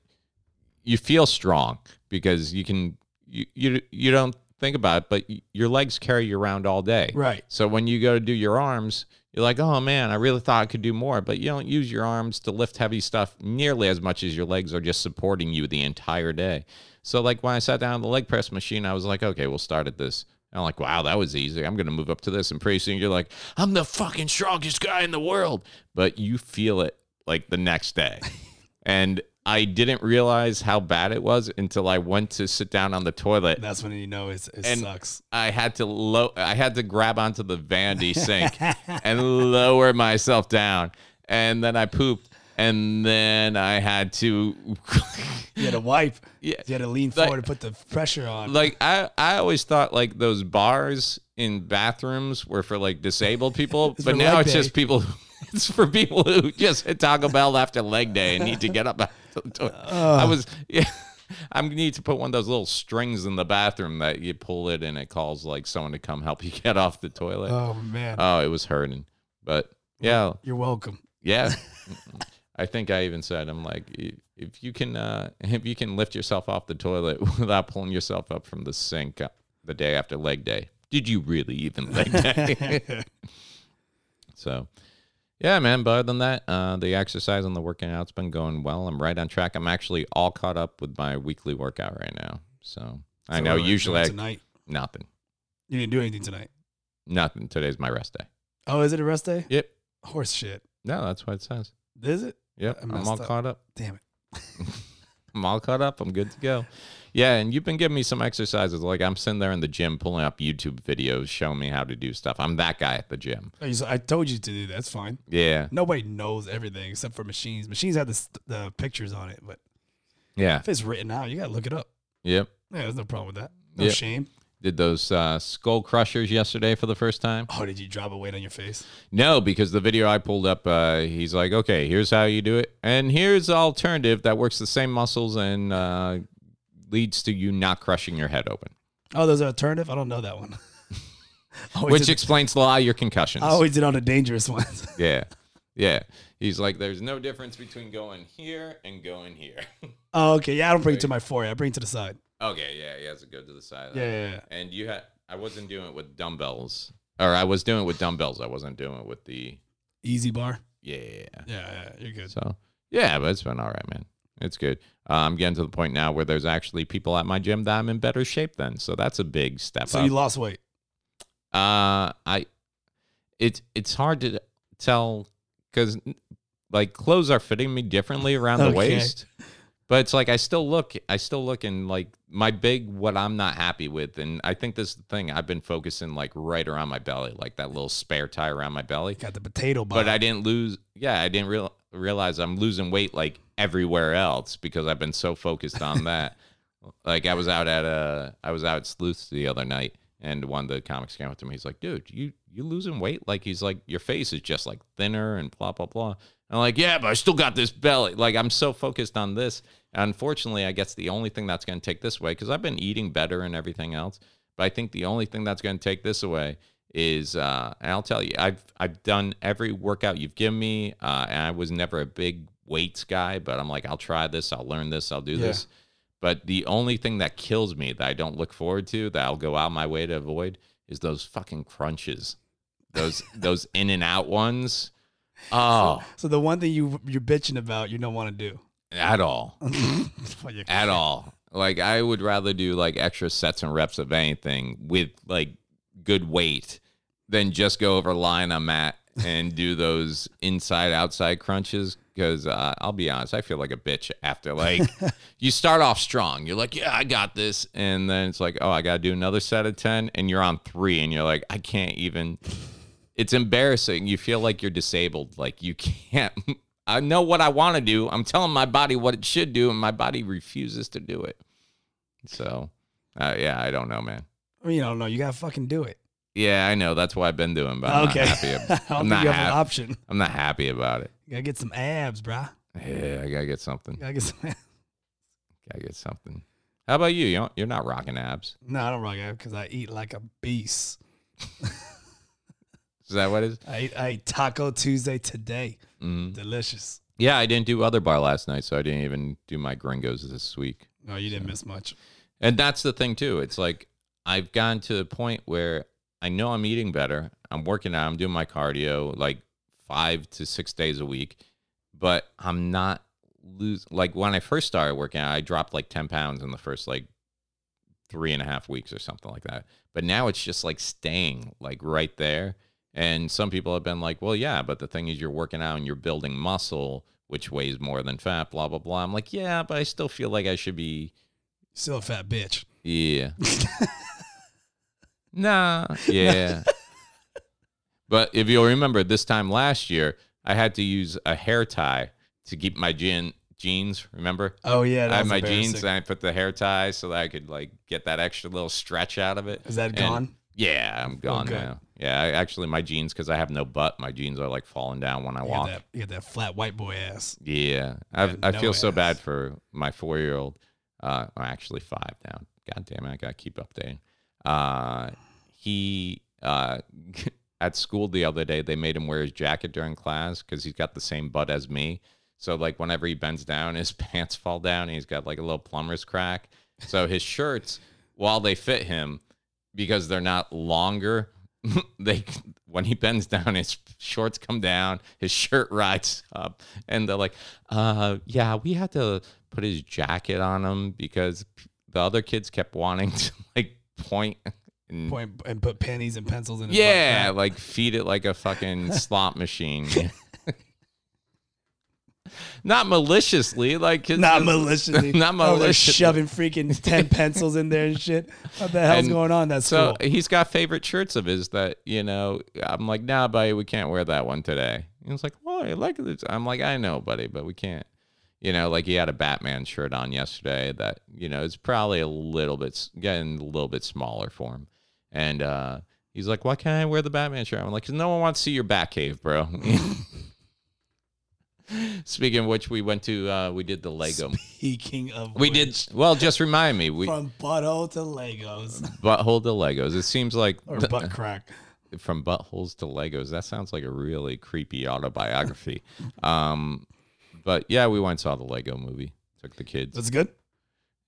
you feel strong because you can you you, you don't think about it, but y- your legs carry you around all day. Right. So when you go to do your arms, you're like, oh man, I really thought I could do more, but you don't use your arms to lift heavy stuff nearly as much as your legs are just supporting you the entire day. So like when I sat down on the leg press machine, I was like, okay, we'll start at this. And I'm like, wow, that was easy. I'm gonna move up to this, and pretty soon you're like, I'm the fucking strongest guy in the world, but you feel it like the next day. and I didn't realize how bad it was until I went to sit down on the toilet. That's when you know it's, it And- sucks. I had to low I had to grab onto the vanity sink and lower myself down. And then I pooped. And then I had to You had to wipe. Yeah. You had to lean Like- forward and put the pressure on. like I, I always thought like those bars in bathrooms were for like disabled people, It's but for now leg it's day. just people who, it's for people who just hit Taco Bell after leg day and need to get up. after the toilet. I was yeah. I'm gonna need to put one of those little strings in the bathroom that you pull it and it calls like someone to come help you get off the toilet. oh man, Oh, it was hurting. But yeah, you're welcome. yeah. I think I even said, I'm like, "I- if you can, uh, if you can lift yourself off the toilet without pulling yourself up from the sink uh, the day after leg day, did you really even leg day? so, yeah, man. But other than that, uh, the exercise and the working out's been going well. I'm right on track. I'm actually all caught up with my weekly workout right now. So I So know what are we usually doing I, tonight nothing, you didn't do anything tonight. nothing. Today's my rest day. Oh, is it a rest day? Yep. Horse shit. No, that's what it says. Is it? Yep. I I'm messed all up. caught up. Damn it. I'm all caught up. I'm good to go. Yeah, and you've been giving me some exercises. Like I'm sitting there in the gym pulling up YouTube videos, showing me how to do stuff. I'm that guy at the gym. Oh, you s- I told you to do that. That's fine. Yeah. Nobody knows everything except for machines. Machines have the, st- the pictures on it, but Yeah. If it's written out, you gotta look it up. Yep. Yeah, there's no problem with that. No Yep. shame. Did those uh, skull crushers yesterday for the first time? Oh, did you drop a weight on your face? No, because the video I pulled up, uh, he's like, okay, here's how you do it, and here's the alternative that works the same muscles and uh, leads to you not crushing your head open, Oh, there's an alternative. I don't know that one. I always which did- explains a lot of your concussions. I always did all the dangerous ones. yeah, yeah. He's like, there's no difference between going here and going here. oh, okay. Yeah, I don't bring it to my forehead. I bring it to the side. okay, yeah, he has to go to the side. of that. Yeah, yeah, yeah. And you had, I wasn't doing it with dumbbells, or I was doing it with dumbbells. I wasn't doing it with the Easy bar. yeah. Yeah, yeah. You're good. So yeah, but it's been all right, man. It's good. Uh, I'm getting to the point now where there's actually people at my gym that I'm in better shape than. So that's a big step So up. you lost weight. uh, I, it's it's hard to tell because like clothes are fitting me differently around the Okay. waist. But it's like I still look, I still look in like my big what I'm not happy with, and I think this is the thing I've been focusing like right around my belly, like that little spare tie around my belly Got the potato bun. but I didn't lose. Yeah, I didn't real, realize I'm losing weight like everywhere else because I've been so focused on that. like I was out at uh I was out at Sleuth the other night, and one of the comics came up to me. He's like, "Dude, you you losing weight? Like he's like your face is just like thinner and blah blah blah." And I'm like, "Yeah, but I still got this belly. Like I'm so focused on this. Unfortunately, I guess the only thing that's going to take this away because I've been eating better and everything else, but I think the only thing that's going to take this away." is uh and I'll tell you I've I've done every workout you've given me uh and I was never a big weights guy but I'm like I'll try this I'll learn this I'll do Yeah. this but the only thing that kills me that I don't look forward to that I'll go out my way to avoid is those fucking crunches those those in and out ones oh so the one thing you you're bitching about, you don't want to do. at all Well, you- at all like I would rather do like extra sets and reps of anything with like good weight than just go over line I'm at and do those inside outside crunches. Because uh, I'll be honest, I feel like a bitch after like you start off strong. You're like, yeah, I got this, and then it's like, oh, I gotta do another set of ten, and you're on three, and you're like, I can't even. It's embarrassing. You feel like you're disabled. Like you can't. I know what I want to do. I'm telling my body what it should do, and my body refuses to do it. So, uh, yeah, I don't know, man. I mean, you don't know. You gotta fucking do it. Yeah, I know. That's what I've been doing, but I'm okay. not happy. I ab- don't I'm think not you have an hap- option. I'm not happy about it. You gotta get some abs, bruh. Yeah, I gotta get something. You gotta get some. Gotta get something. How about you? You don't, you're not rocking abs. no, I don't rock abs because I eat like a beast. Is that what it is? I ate, I ate Taco Tuesday today. Mhm. Delicious. Yeah, I didn't do other bar last night, so I didn't even do my gringos this week. No, you didn't miss much. And that's the thing too. It's like I've gotten to the point where I know I'm eating better. I'm working out. I'm doing my cardio like five to six days a week, but I'm not lose. Like when I first started working out, I dropped like ten pounds in the first like three and a half weeks or something like that. But now it's just like staying like right there. And some people have been like, well, yeah, but the thing is, you're working out and you're building muscle, which weighs more than fat. Blah blah blah. I'm like, yeah, but I still feel like I should be Still a fat bitch. yeah. nah. Yeah. but if you'll remember, this time last year, I had to use a hair tie to keep my jean jeans. Remember, Oh yeah, that I had was my jeans embarrassing. and I put the hair tie so that I could like get that extra little stretch out of it. Is that And- gone? Yeah, I'm gone good. now. Yeah, I, actually, my jeans because I have no butt. My jeans are like falling down when I You got, walk. that, you got that flat white boy ass. Yeah, I've, Yeah, I no feel so ass. bad for my four year old. Uh, or actually five now. God damn it, I gotta keep updating. Uh, he uh, at school the other day they made him wear his jacket during class because he's got the same butt as me. So like whenever he bends down, his pants fall down, and he's got like a little plumber's crack. So his shirts, while they fit him, because they're not longer. they when he bends down, his shorts come down, his shirt rides up, and they're like, "Uh, yeah, we had to put his jacket on him because the other kids kept wanting to like point and Point and put pennies and pencils in. his butt yeah, crack. like feed it like a fucking slot machine." Not maliciously, like his- Not his- maliciously. Not Oh, they're maliciously. shoving freaking ten pencils in there and shit. What the hell's And going on? That's So so. he's got favorite shirts of his that, you know, I'm like, nah, buddy, we can't wear that one today. He was like, why? I like this. I'm like, I know, buddy, but we can't. You know, like he had a Batman shirt on yesterday that, you know, it's probably a little bit, s- getting a little bit smaller for him. And uh, he's like, why can't I wear the Batman shirt? I'm like, 'Cause no one wants to see your Batcave, bro. Speaking of which, we went to, uh, we did the Lego. Speaking of, we which, did, well, just remind me, we Um, from butthole to Legos butthole to Legos. It seems like or butt crack. from buttholes to Legos. That sounds like a really creepy autobiography. um, but yeah, we went and saw the Lego movie. Took the kids. That's good.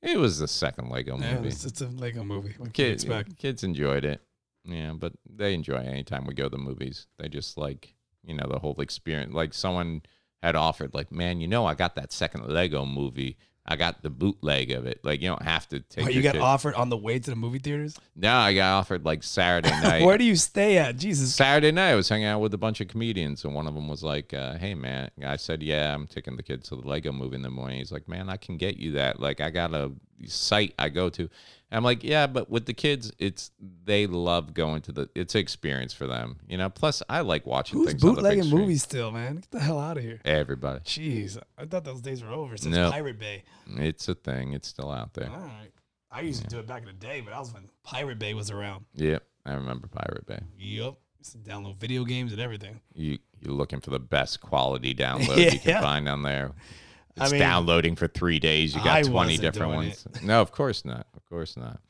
It was the second Lego Yeah, movie. it's, it's a Lego movie. What can you kids, expect? kids enjoyed it. Yeah, but they enjoy it anytime we go to the movies. They just like you know the whole experience. Like someone had offered, like, man, you know, I got that second Lego movie. I got the bootleg of it. Like you don't have to take. Wait, you got your kid- offered on the way to the movie theaters? No, I got offered like Saturday night. Where do you stay at? Jesus. Saturday night, I was hanging out with a bunch of comedians, and one of them was like, uh, "Hey, man," I said, "Yeah, I'm taking the kids to the Lego movie in the morning." He's like, "Man, I can get you that. Like, I got a site I go to." And I'm like, "Yeah, but with the kids, it's they love going to the. It's an experience for them, you know. Plus, I like watching Who's things on the big bootlegging screen. movies still, man? Get the hell out of here. Everybody, Jeez, I thought those days were over since No. Pirate Bay. it's a thing. It's still out there. All right. I used to do it back in the day, but that was when Pirate Bay was around. Yep, I remember Pirate Bay. Yep. Used to download video games and everything. You you're looking for the best quality download you Yeah. can find on there. I It's mean, downloading for three days. You I got 20 wasn't different doing ones. No, of course not. Of course not.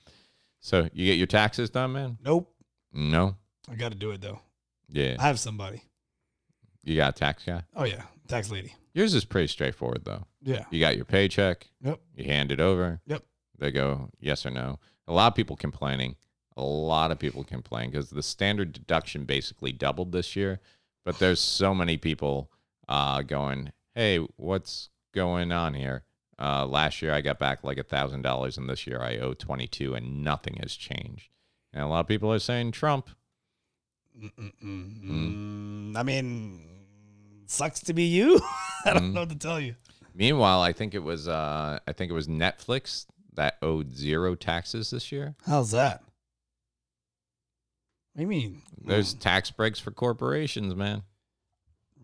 So you get your taxes done, man? Nope. No. I got to do it though. Yeah. I have somebody. You got a tax guy? Oh yeah, tax lady. Yours is pretty straightforward, though. Yeah. You got your paycheck. Yep. You hand it over. Yep. They go yes or no. A lot of people complaining. A lot of people complain because the standard deduction basically doubled this year, but there's so many people uh, going, "Hey, what's going on here?" Uh, last year I got back like a thousand dollars, and this year I owe twenty two, and nothing has changed. And a lot of people are saying Trump. Mm-mm-mm. Mm. I mean, sucks to be you. I don't Mm. know what to tell you. Meanwhile, I think it was uh, I think it was Netflix that owed zero taxes this year. How's that? What do you mean? There's tax breaks for corporations, man.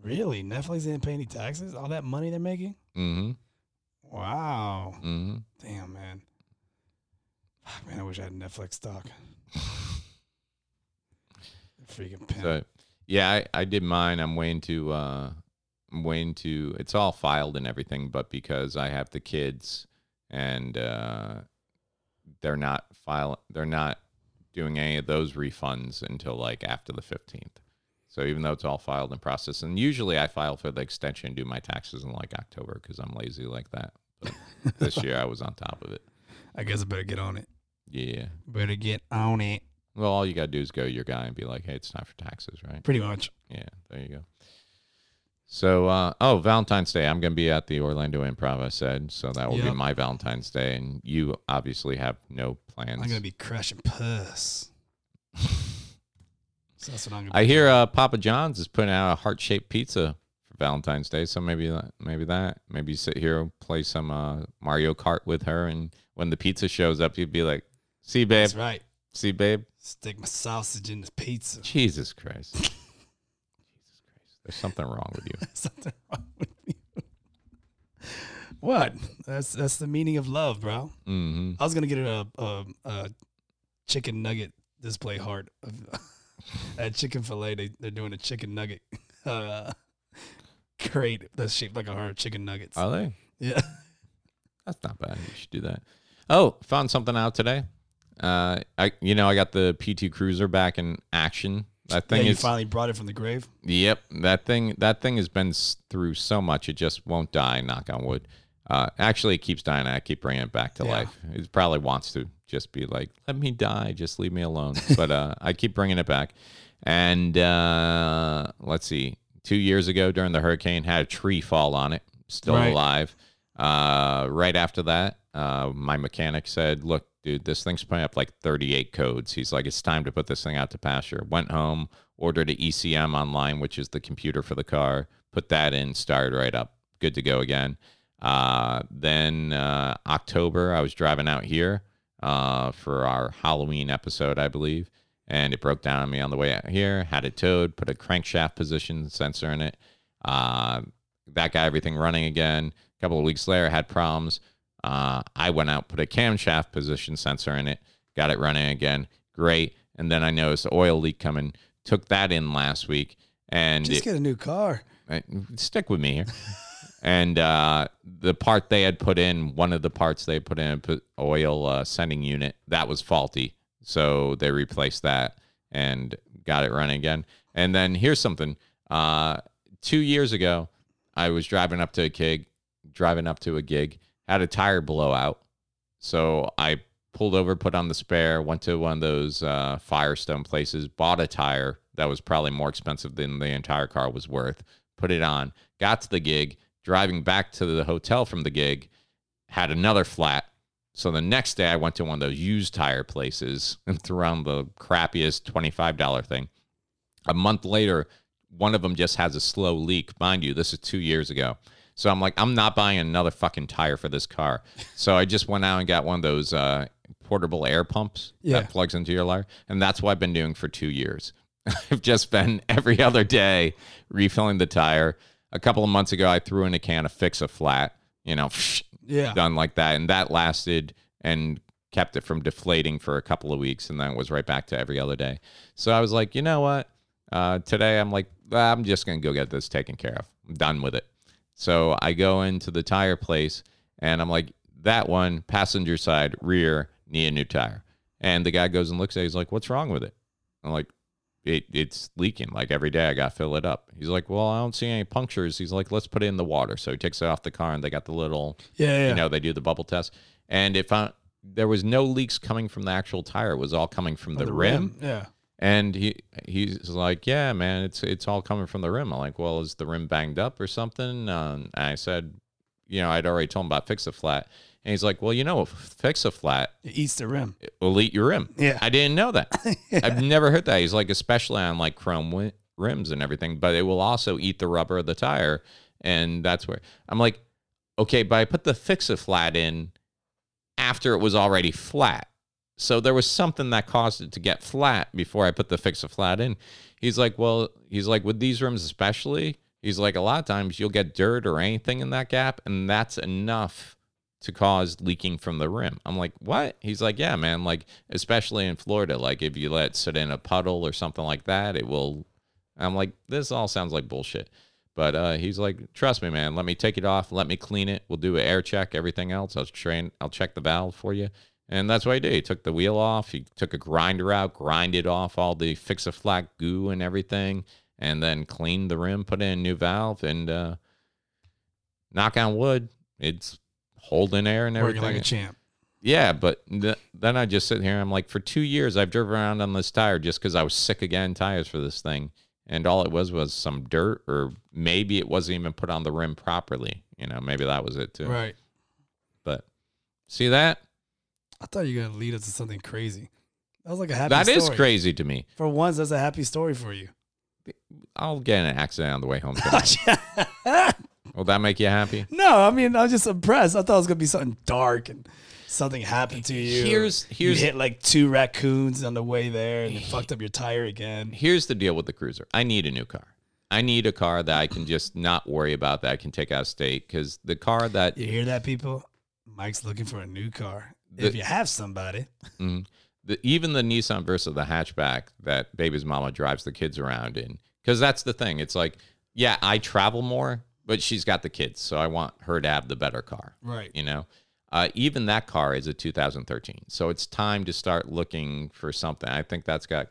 Really? Netflix didn't pay any taxes? All that money they're making? Mm-hmm. Wow. Mm-hmm. Damn, man. Fuck, man, I wish I had Netflix stock. Freaking pimp. So yeah, I, I did mine. I'm waiting to uh I'm waiting to it's all filed and everything, but because I have the kids and uh they're not file they're not doing any of those refunds until like after the fifteenth. So even though it's all filed and processed, and usually I file for the extension and do my taxes in like October because I'm lazy like that. But this year I was on top of it. I guess I better get on it. Yeah. Better get on it. Well, all you gotta do is go to your guy and be like, "Hey, it's time for taxes, right?" Pretty much. Yeah, there you go. So, uh, oh, Valentine's Day. I'm going to be at the Orlando Improv, I said. So that will Yep. be my Valentine's Day. And you obviously have no plans. I'm gonna be crushing puss. so that's what I'm gonna. I be hear uh, Papa John's is putting out a heart shaped pizza for Valentine's Day. So maybe that, maybe that, maybe you sit here, play some uh, Mario Kart with her. And when the pizza shows up, you'd be like, see, doing. babe, That's right. see, babe. Stick my sausage in this pizza. Jesus Christ. Jesus Christ. There's something wrong with you. Something wrong with you. What? That's that's the meaning of love, bro. Mm-hmm. I was gonna get a a, a chicken nugget display heart of at Chicken Filet. They they're doing a chicken nugget uh, crate that's shaped like a heart. Chicken nuggets. Are they? yeah. That's not bad. You should do that. Oh, found something out today. Uh, I you know I got the PT Cruiser back in action. That Then thing you is finally brought it from the grave. yep. That thing that thing has been s- through so much. It just won't die. Knock on wood. Uh, actually, it keeps dying. I keep bringing it back to Yeah. life. It probably wants to just be like, let me die. Just leave me alone. But uh, I keep bringing it back. And uh, let's see. Two years ago during the hurricane, had a tree fall on it. Still Right. alive. Uh, right after that, uh, my mechanic said, "Look, dude, this thing's putting up like 38 codes." He's like, "It's time to put this thing out to pasture." Went home, ordered an ECM online, which is the computer for the car. Put that in, started right up, good to go again. Uh, then uh, October, I was driving out here uh, for our Halloween episode, I believe, and it broke down on me on the way out here. Had it towed, put a crankshaft position sensor in it. Uh, that got everything running again. A couple of weeks later, had problems. Uh, I went out, put a camshaft position sensor in it, got it running again. Great. And then I noticed the oil leak coming. Took that in last week, and Just it- get a new car. I- stick with me here. and uh, the part they had put in, one of the parts they had put in, put oil uh, sending unit, that was faulty. So they replaced that and got it running again. And then here's something. Uh, two years ago, I was driving up to a gig, driving up to a gig, had a tire blowout. So I pulled over, put on the spare, went to one of those uh, Firestone places, bought a tire that was probably more expensive than the entire car was worth, put it on, got to the gig, driving back to the hotel from the gig, had another flat. So the next day, I went to one of those used tire places and threw on the crappiest $25 thing. A month later, one of them just has a slow leak. Mind you, this is two years ago. So I'm like, I'm not buying another fucking tire for this car. So I just went out and got one of those uh, portable air pumps Yeah. that plugs into your tire. And that's what I've been doing for two years. I've just been every other day refilling the tire. A couple of months ago, I threw in a can of Fix a Flat, you know, Yeah. done like that. And that lasted and kept it from deflating for a couple of weeks. And then it was right back to every other day. So I was like, you know what? Uh, today I'm like, "Ah, I'm just going to go get this taken care of. I'm done with it. So I go into the tire place and I'm like, that one, passenger side, rear, need a new tire. And the guy goes and looks at it. He's like, what's wrong with it? I'm like, it, it's leaking. Like every day I got to fill it up. He's like, well, I don't see any punctures. He's like, let's put it in the water. So he takes it off the car and they got the little Yeah. yeah. you know they do the bubble test and it found there was no leaks coming from the actual tire it was all coming from the, rim. Yeah. and he he's like yeah man it's it's all coming from the rim i'm like well is the rim banged up or something um, and i said you know i'd already told him about fix a flat and he's like well you know fix a flat It eats the rim. will eat your rim Yeah. i didn't know that i've never heard that he's like especially on like chrome wi- rims and everything but it will also eat the rubber of the tire and that's where i'm like okay, but I put the fix a flat in after it was already flat. So there was something that caused it to get flat before I put the fix a flat in. He's like, well, he's like, with these rims especially, he's like, a lot of times you'll get dirt or anything in that gap, and that's enough to cause leaking from the rim. I'm like, what? He's like, yeah, man. Like, especially in Florida, like if you let it sit in a puddle or something like that, it will I'm like, this all sounds like bullshit. But uh, he's like, trust me, man. Let me take it off. Let me clean it. We'll do an air check, everything else. I'll train. I'll check the valve for you. And that's what he did. He took the wheel off. He took a grinder out, grinded off all the fix a flat goo and everything, and then cleaned the rim, put in a new valve, and uh, knock on wood, it's holding air and Working everything. like a champ. Yeah, but th- then I just sit here. and I'm like, for two years, I've driven around on this tire just because I was sick again tires for this thing, and all it was was some dirt, or maybe it wasn't even put on the rim properly. You know, maybe that was it too. Right. But see that I thought you were gonna lead us to something crazy. That was like a happy. that is story. crazy to me. For once, that's a happy story for you. I'll get in an accident on the way home. tonight. Will that make you happy? no, I mean, I was just impressed. I thought it was gonna be something dark and something happened to you. Here's- here's- you hit like two raccoons on the way there and it fucked up your tire again. here's the deal with the cruiser. I need a new car. I need a car that I can just not worry about that I can take out of state because the car that You hear that, people? Mike's looking for a new car. if The- you have somebody, the, even the Nissan Versa, the hatchback that baby's mama drives the kids around in, because that's the thing. It's like, yeah, I travel more, but she's got the kids, so I want her to have the better car, Right. You know, uh, even that car is a 2013, so it's time to start looking for something. I think that's got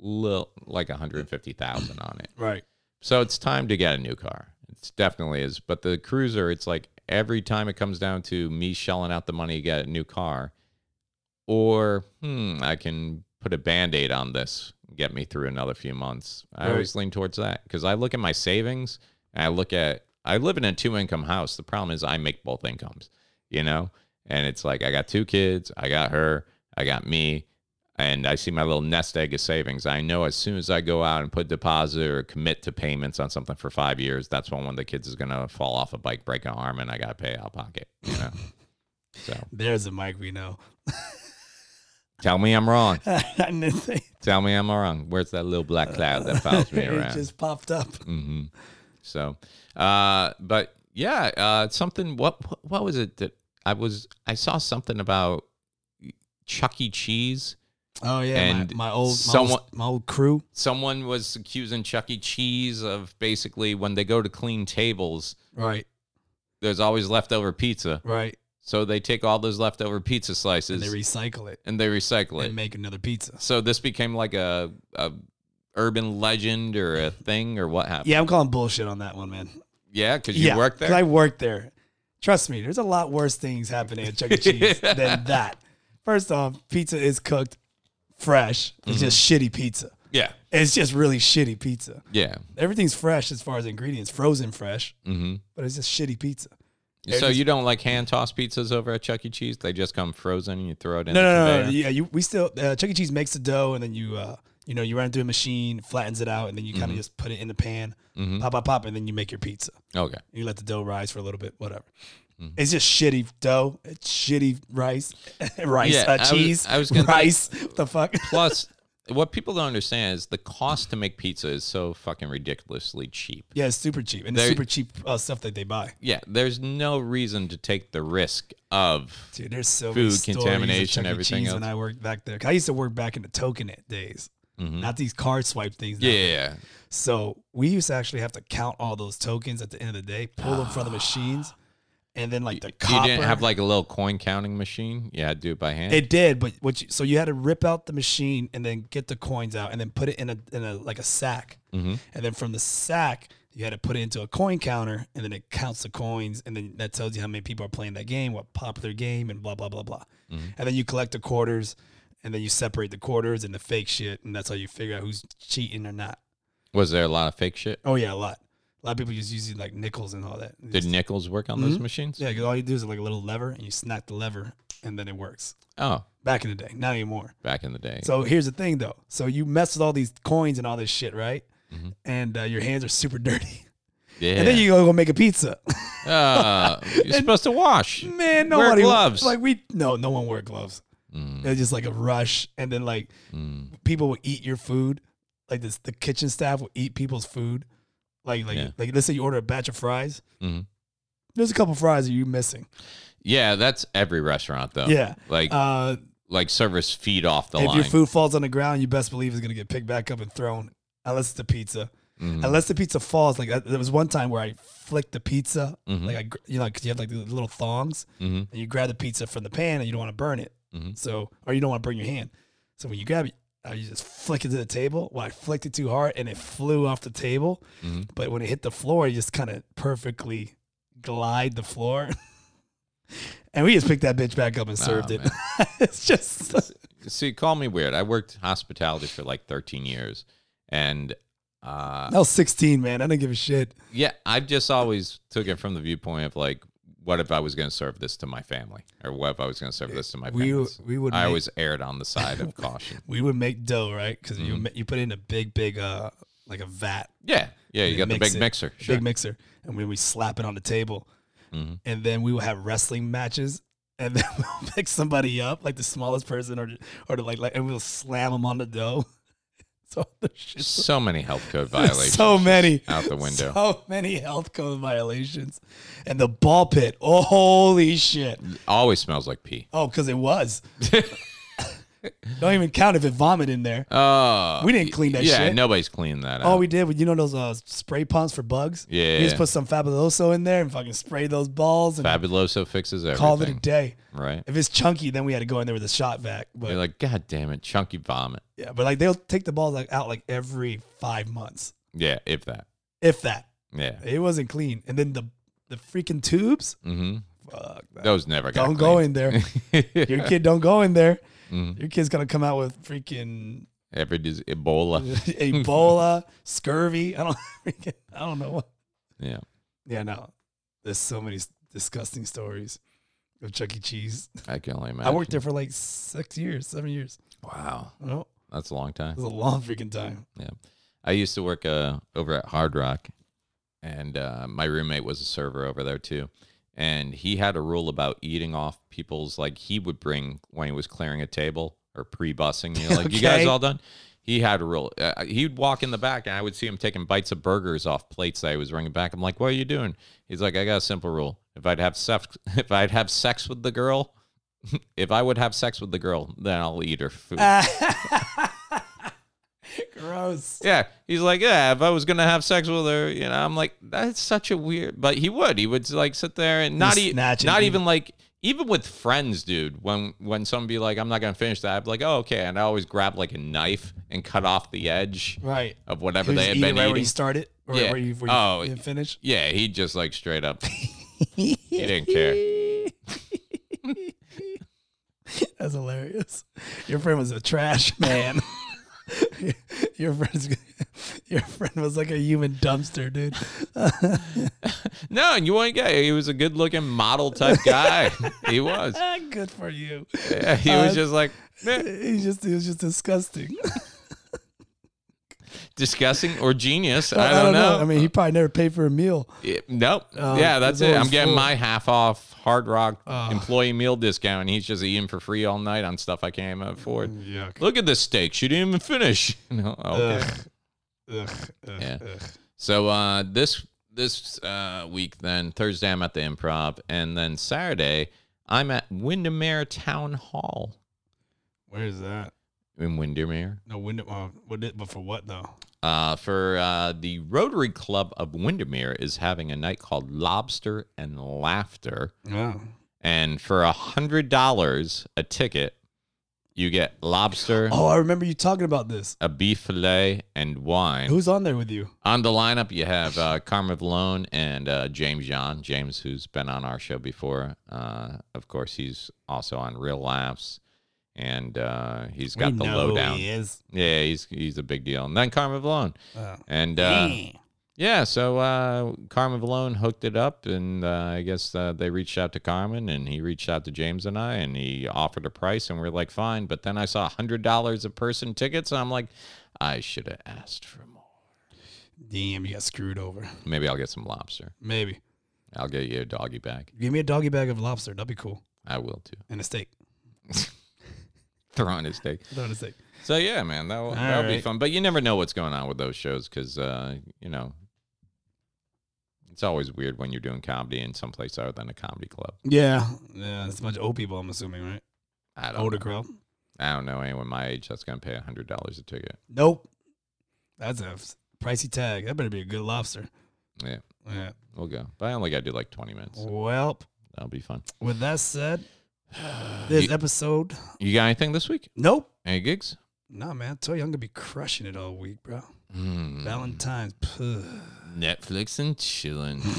little like 150,000 on it. right? So it's time to get a new car. It definitely is. But the cruiser, it's like every time it comes down to me shelling out the money to get a new car, or hmm, I can put a band aid on this, and get me through another few months. I Right. always lean towards that because I look at my savings and I look at, I live in a two income house. The problem is I make both incomes, you know? And it's like I got two kids, I got her, I got me and I see my little nest egg of savings, I know as soon as I go out and put deposit or commit to payments on something for five years, that's when one of the kids is gonna fall off a bike, break an arm, and I gotta pay out of pocket. You know. so There's a Mike we know. tell me I'm wrong. And then they- Tell me I'm wrong. Where's that little black cloud that follows me it around? just popped up. hmm So, uh, but yeah, uh, something. What what- what was it that I was? I saw something about Chuck E. Cheese. Oh yeah, And my, my old my someone- old, my old crew. Someone was accusing Chuck E. Cheese of basically when they go to clean tables, Right, there's always leftover pizza. right. So they take all those leftover pizza slices And they recycle it recycle it. and make another pizza. so this became like a, a urban legend or a thing or what happened? Yeah, I'm calling bullshit on that one, man. Yeah, because you yeah, worked 'cause there. I worked there. Trust me, there's a lot worse things happening at Chuck E. Cheese than that. First off, pizza is cooked fresh. It's just shitty pizza. yeah, It's just really shitty pizza. yeah. Everything's fresh as far as ingredients, frozen fresh, hmm but it's just shitty pizza. So just- you don't like hand tossed pizzas over at Chuck E. Cheese? They just come frozen and you throw it in. No, the no, no, no. conveyor? Yeah, you, we still uh, Chuck E. Cheese makes the dough, and then you, uh, you know, you run it through a machine, flattens it out, and then you kind of just put it in the pan, pop, pop, pop, and then you make your pizza. Okay. You let the dough rise for a little bit, whatever. Mm-hmm. It's just shitty dough, it's shitty rice, rice, Yeah, I uh, was- cheese, I was gonna- rice. what the fuck? Plus, what people don't understand is the cost to make pizza is so fucking ridiculously cheap. yeah, it's super cheap, and it's They- super cheap uh, stuff that they buy. Yeah, there's no reason to take the risk of. Dude, there's so Food many stories of contamination, Chuck E. everything Cheese When else. I worked back there, 'Cause I used to work back in the token it days, not these card swipe things. now. Mm-hmm. Yeah, yeah, So we used to actually have to count all those tokens at the end of the day, pull them from the machines, and then like the Ah. you copper. didn't have like a little coin counting machine. Yeah, I'd do it by hand. it did, but what you, so you had to rip out the machine and then get the coins out and then put it in a in a like a sack, and then from the sack you had to put it into a coin counter and then it counts the coins and then that tells you how many people are playing that game, what popular game, and blah blah blah blah, and then you collect the quarters and then you separate the quarters and the fake shit and that's how you figure out who's cheating or not. Was there a lot of fake shit? Oh yeah, a lot. A lot of people just using like nickels and all that. Did Just- nickels work on those machines? Mm-hmm. Yeah, 'cause all you do is like a little lever and you snap the lever and then it works. Oh, Back in the day, not anymore. back in the day. So here's the thing though. So you mess with all these coins and all this shit, right? And uh, your hands are super dirty. Mm-hmm. yeah. And then you go, go make a pizza. Uh, you're supposed to wash. Man, Wear nobody gloves. Mm. Like we no, no one wore gloves. It was just like a rush, and then like people would eat your food. Like this, the kitchen staff would eat people's food. Like like Yeah. like let's say you order a batch of fries. Mhm. There's a couple fries that you missing. yeah, that's every restaurant though. Yeah. Oh, Like Uh, like servers feed off the if line. your food falls on the ground, you best believe it's gonna get picked back up and thrown, unless it's the pizza. Mm-hmm. Unless the pizza falls, like uh, there was one time where I flicked the pizza, Mm-hmm. like I, gr- you know, because you have like the little thongs, and you grab the pizza from the pan and you don't want to burn it, Mm-hmm. so or you don't want to burn your hand, so when you grab it, I just flick it to the table. Well, I flicked it too hard and it flew off the table, Mm-hmm. but when it hit the floor, it just kind of perfectly glide the floor. And we just picked that bitch back up and served it. it's just See, call me weird. I worked hospitality for like 13 years, and uh, I was 16, man. I didn't give a shit. yeah, I've just always took it from the viewpoint of like, what if I was going to serve this to my family, or what if I was going to serve this to my We- parents? we would I make- always erred on the side of caution. We would make dough, right? Because Mm-hmm. you ma- you put it in a big, big, uh, like a vat. Yeah, yeah. You and got the mix big it. mixer. The Sure. Mm-hmm. big mixer, and we we slap it on the table, and then we would have wrestling matches, and then we'll pick somebody up, like the smallest person, or or the, like like, and we'll slam them on the dough. so the shit. so many health code violations. So many out the window. So many health code violations, and the ball pit. Oh, holy shit! Always smells like pee. Oh, because it was. Don't even count if it vomit in there. Oh, We didn't clean that yeah, shit. nobody's cleaning that. All up. we did was you know those uh, spray pumps for bugs. Yeah. you just put some fabuloso in there and fucking spray those balls and Fabuloso fixes everything. call it a day. Right. If it's chunky, then we had to go in there with a shot vac. But You're like, God damn it, chunky vomit. yeah, but like they'll take the balls like out like every five months, Yeah, if that. if that. Yeah. It wasn't clean, and then the the freaking tubes. Mm-hmm. Fuck, man. Those never got. don't go in there. Your kid don't go in there. Mm-hmm. Your kid's gonna come out with freaking Every dis- Ebola. Ebola, scurvy. I don't freaking, I don't know what. yeah. Yeah, no. There's so many s- disgusting stories of Chuck E. Cheese. I can only imagine. I worked there for like six years, seven years. Wow, I don't know. that's a long It time. was a long freaking time. Yeah. I used to work uh, over at Hard Rock, and uh, my roommate was a server over there too. And he had a rule about eating off people's like he would bring when he was clearing a table or pre-bussing. You know, like you guys Okay. all done. He had a real. Uh, he'd walk in the back, and I would see him taking bites of burgers off plates that I was bringing back. I'm like, "What are you doing?" He's like, "I got a simple rule. If I'd have sex, if I'd have sex with the girl, if I would have sex with the girl, then I'll eat her food." Gross. Yeah, he's like, yeah. If I was gonna have sex with her, you know, I'm like, that's such a weird. But he would, he would like sit there and not Just even, snatch not it. even like, even with friends, dude. When when someone be like, I'm not gonna finish that, I'd be like, oh okay, and I always grab like a knife and cut off the edge Right. of whatever Who's they had eating been right where eating. you started? Or Yeah. where you, where you Oh. didn't finish? yeah, he just like straight up, he didn't care. That's hilarious. Your friend was a trash man. your friend's your friend was like a human dumpster, dude. No, and you want to get. He was a good looking model type guy. he was. Ah, Good for you. Yeah, he Uh, was just like. "Meh." He's just he was just disgusting. disgusting or genius. I, I, don't, know. I mean, he probably never paid for a meal. Yeah, nope. Oh, yeah, that's there's it. I'm always getting food. my half off Hard Rock employee meal discount, and he's just eating for free all night on stuff I can't even afford. Yuck. Look at this steak. She didn't even finish. No, okay. Ugh. Ugh. Yeah. So uh, this this uh, week, then Thursday, I'm at the Improv, and then Saturday, I'm at Windermere Town Hall Where is that? in Windermere No window. Uh, what did, but for what though? uh, for uh, the Rotary Club of Windermere is having a night called Lobster and Laughter. Oh. and for a hundred dollars a ticket, you get lobster, Oh, I remember you talking about this. a beef fillet, and wine. Who's on there with you? on the lineup? You have uh, Carmen Vallone and uh, James John. James, who's been on our show before, uh, of course, he's also on Real Laughs, and uh, he's got We the know who lowdown. He is. Yeah, he's he's a big deal. And then Carmen Vallone, Oh. and uh, yeah, so uh, Carmen Vallone hooked it up, and uh, I guess uh, they reached out to Carmen, and he reached out to James and I, and he offered a price, and we are like, fine. But then I saw hundred dollars a person tickets, and I'm like, I should have asked for more. Damn, you got screwed over. Maybe I'll get some lobster. Maybe. I'll get you a doggy bag. Give me a doggy bag of lobster. That'd be cool. I will too. And a steak. Throw on his steak. Throw in a steak. So yeah, man, that will that'll be right. fun. But you never know what's going on with those shows because uh, you know it's always weird when you're doing comedy in someplace other than a comedy club. Yeah. Yeah. It's a bunch of old people, I'm assuming, right? I don't Older know. crowd. I don't know anyone my age that's gonna pay a hundred dollars a ticket. Nope. That's a f- pricey tag. That better be a good lobster. Yeah, Yeah. we'll go. But I only gotta do like twenty minutes. Oh. so Well, That'll be fun. with that said, this You- episode. You got anything this week? Nope. Any gigs? Nah, man. I tell you, I'm going to be crushing it all week, bro. Mm, Valentine's. Puh. Netflix and chilling.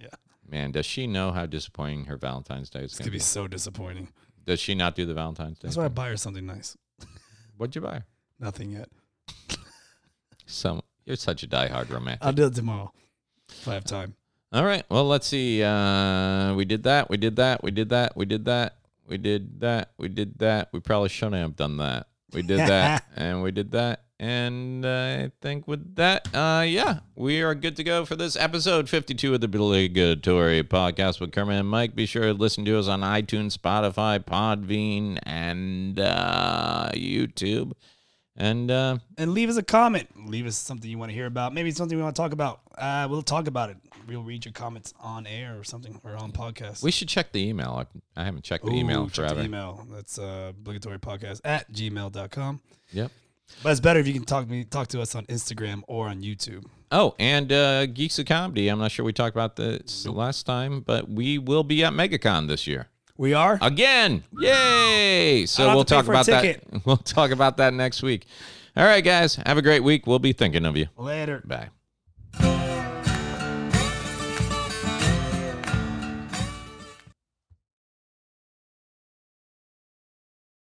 Yeah. Man, does she know how disappointing her Valentine's Day is It's gonna going to be? be so disappointing. Does she not do the Valentine's Day? That's why I thing? buy her something nice. What'd you buy? Nothing yet. Some. You're such a diehard romantic. I'll do it tomorrow if I have time. All right. Well, let's see. Uh, we did that. We did that. We did that. We did that. We did that. We did that. We probably shouldn't have done that. We did that, and we did that, and I think with that, uh, yeah, we are good to go for this episode 52 of the Obligatory Podcast with Kermit and Mike. Be sure to listen to us on iTunes, Spotify, Podbean, and uh, YouTube. And uh, and leave us a comment. Leave us something you want to hear about. Maybe something we want to talk about. Uh, we'll talk about it. We'll read your comments on air or something or on podcast. we should check the email. I, I haven't checked the email in forever. email. That's uh, obligatory podcast at gmail.com. Yep. But it's better if you can talk me talk to us on Instagram or on YouTube. Oh, and uh, Geeks of Comedy. I'm not sure we talked about this last time, but we will be at MegaCon this year We are. again. Yay! I So don't we'll have to pay talk for a about that. ticket. We'll talk about that next week. All right, guys. Have a great week. We'll be thinking of you. Later. Bye.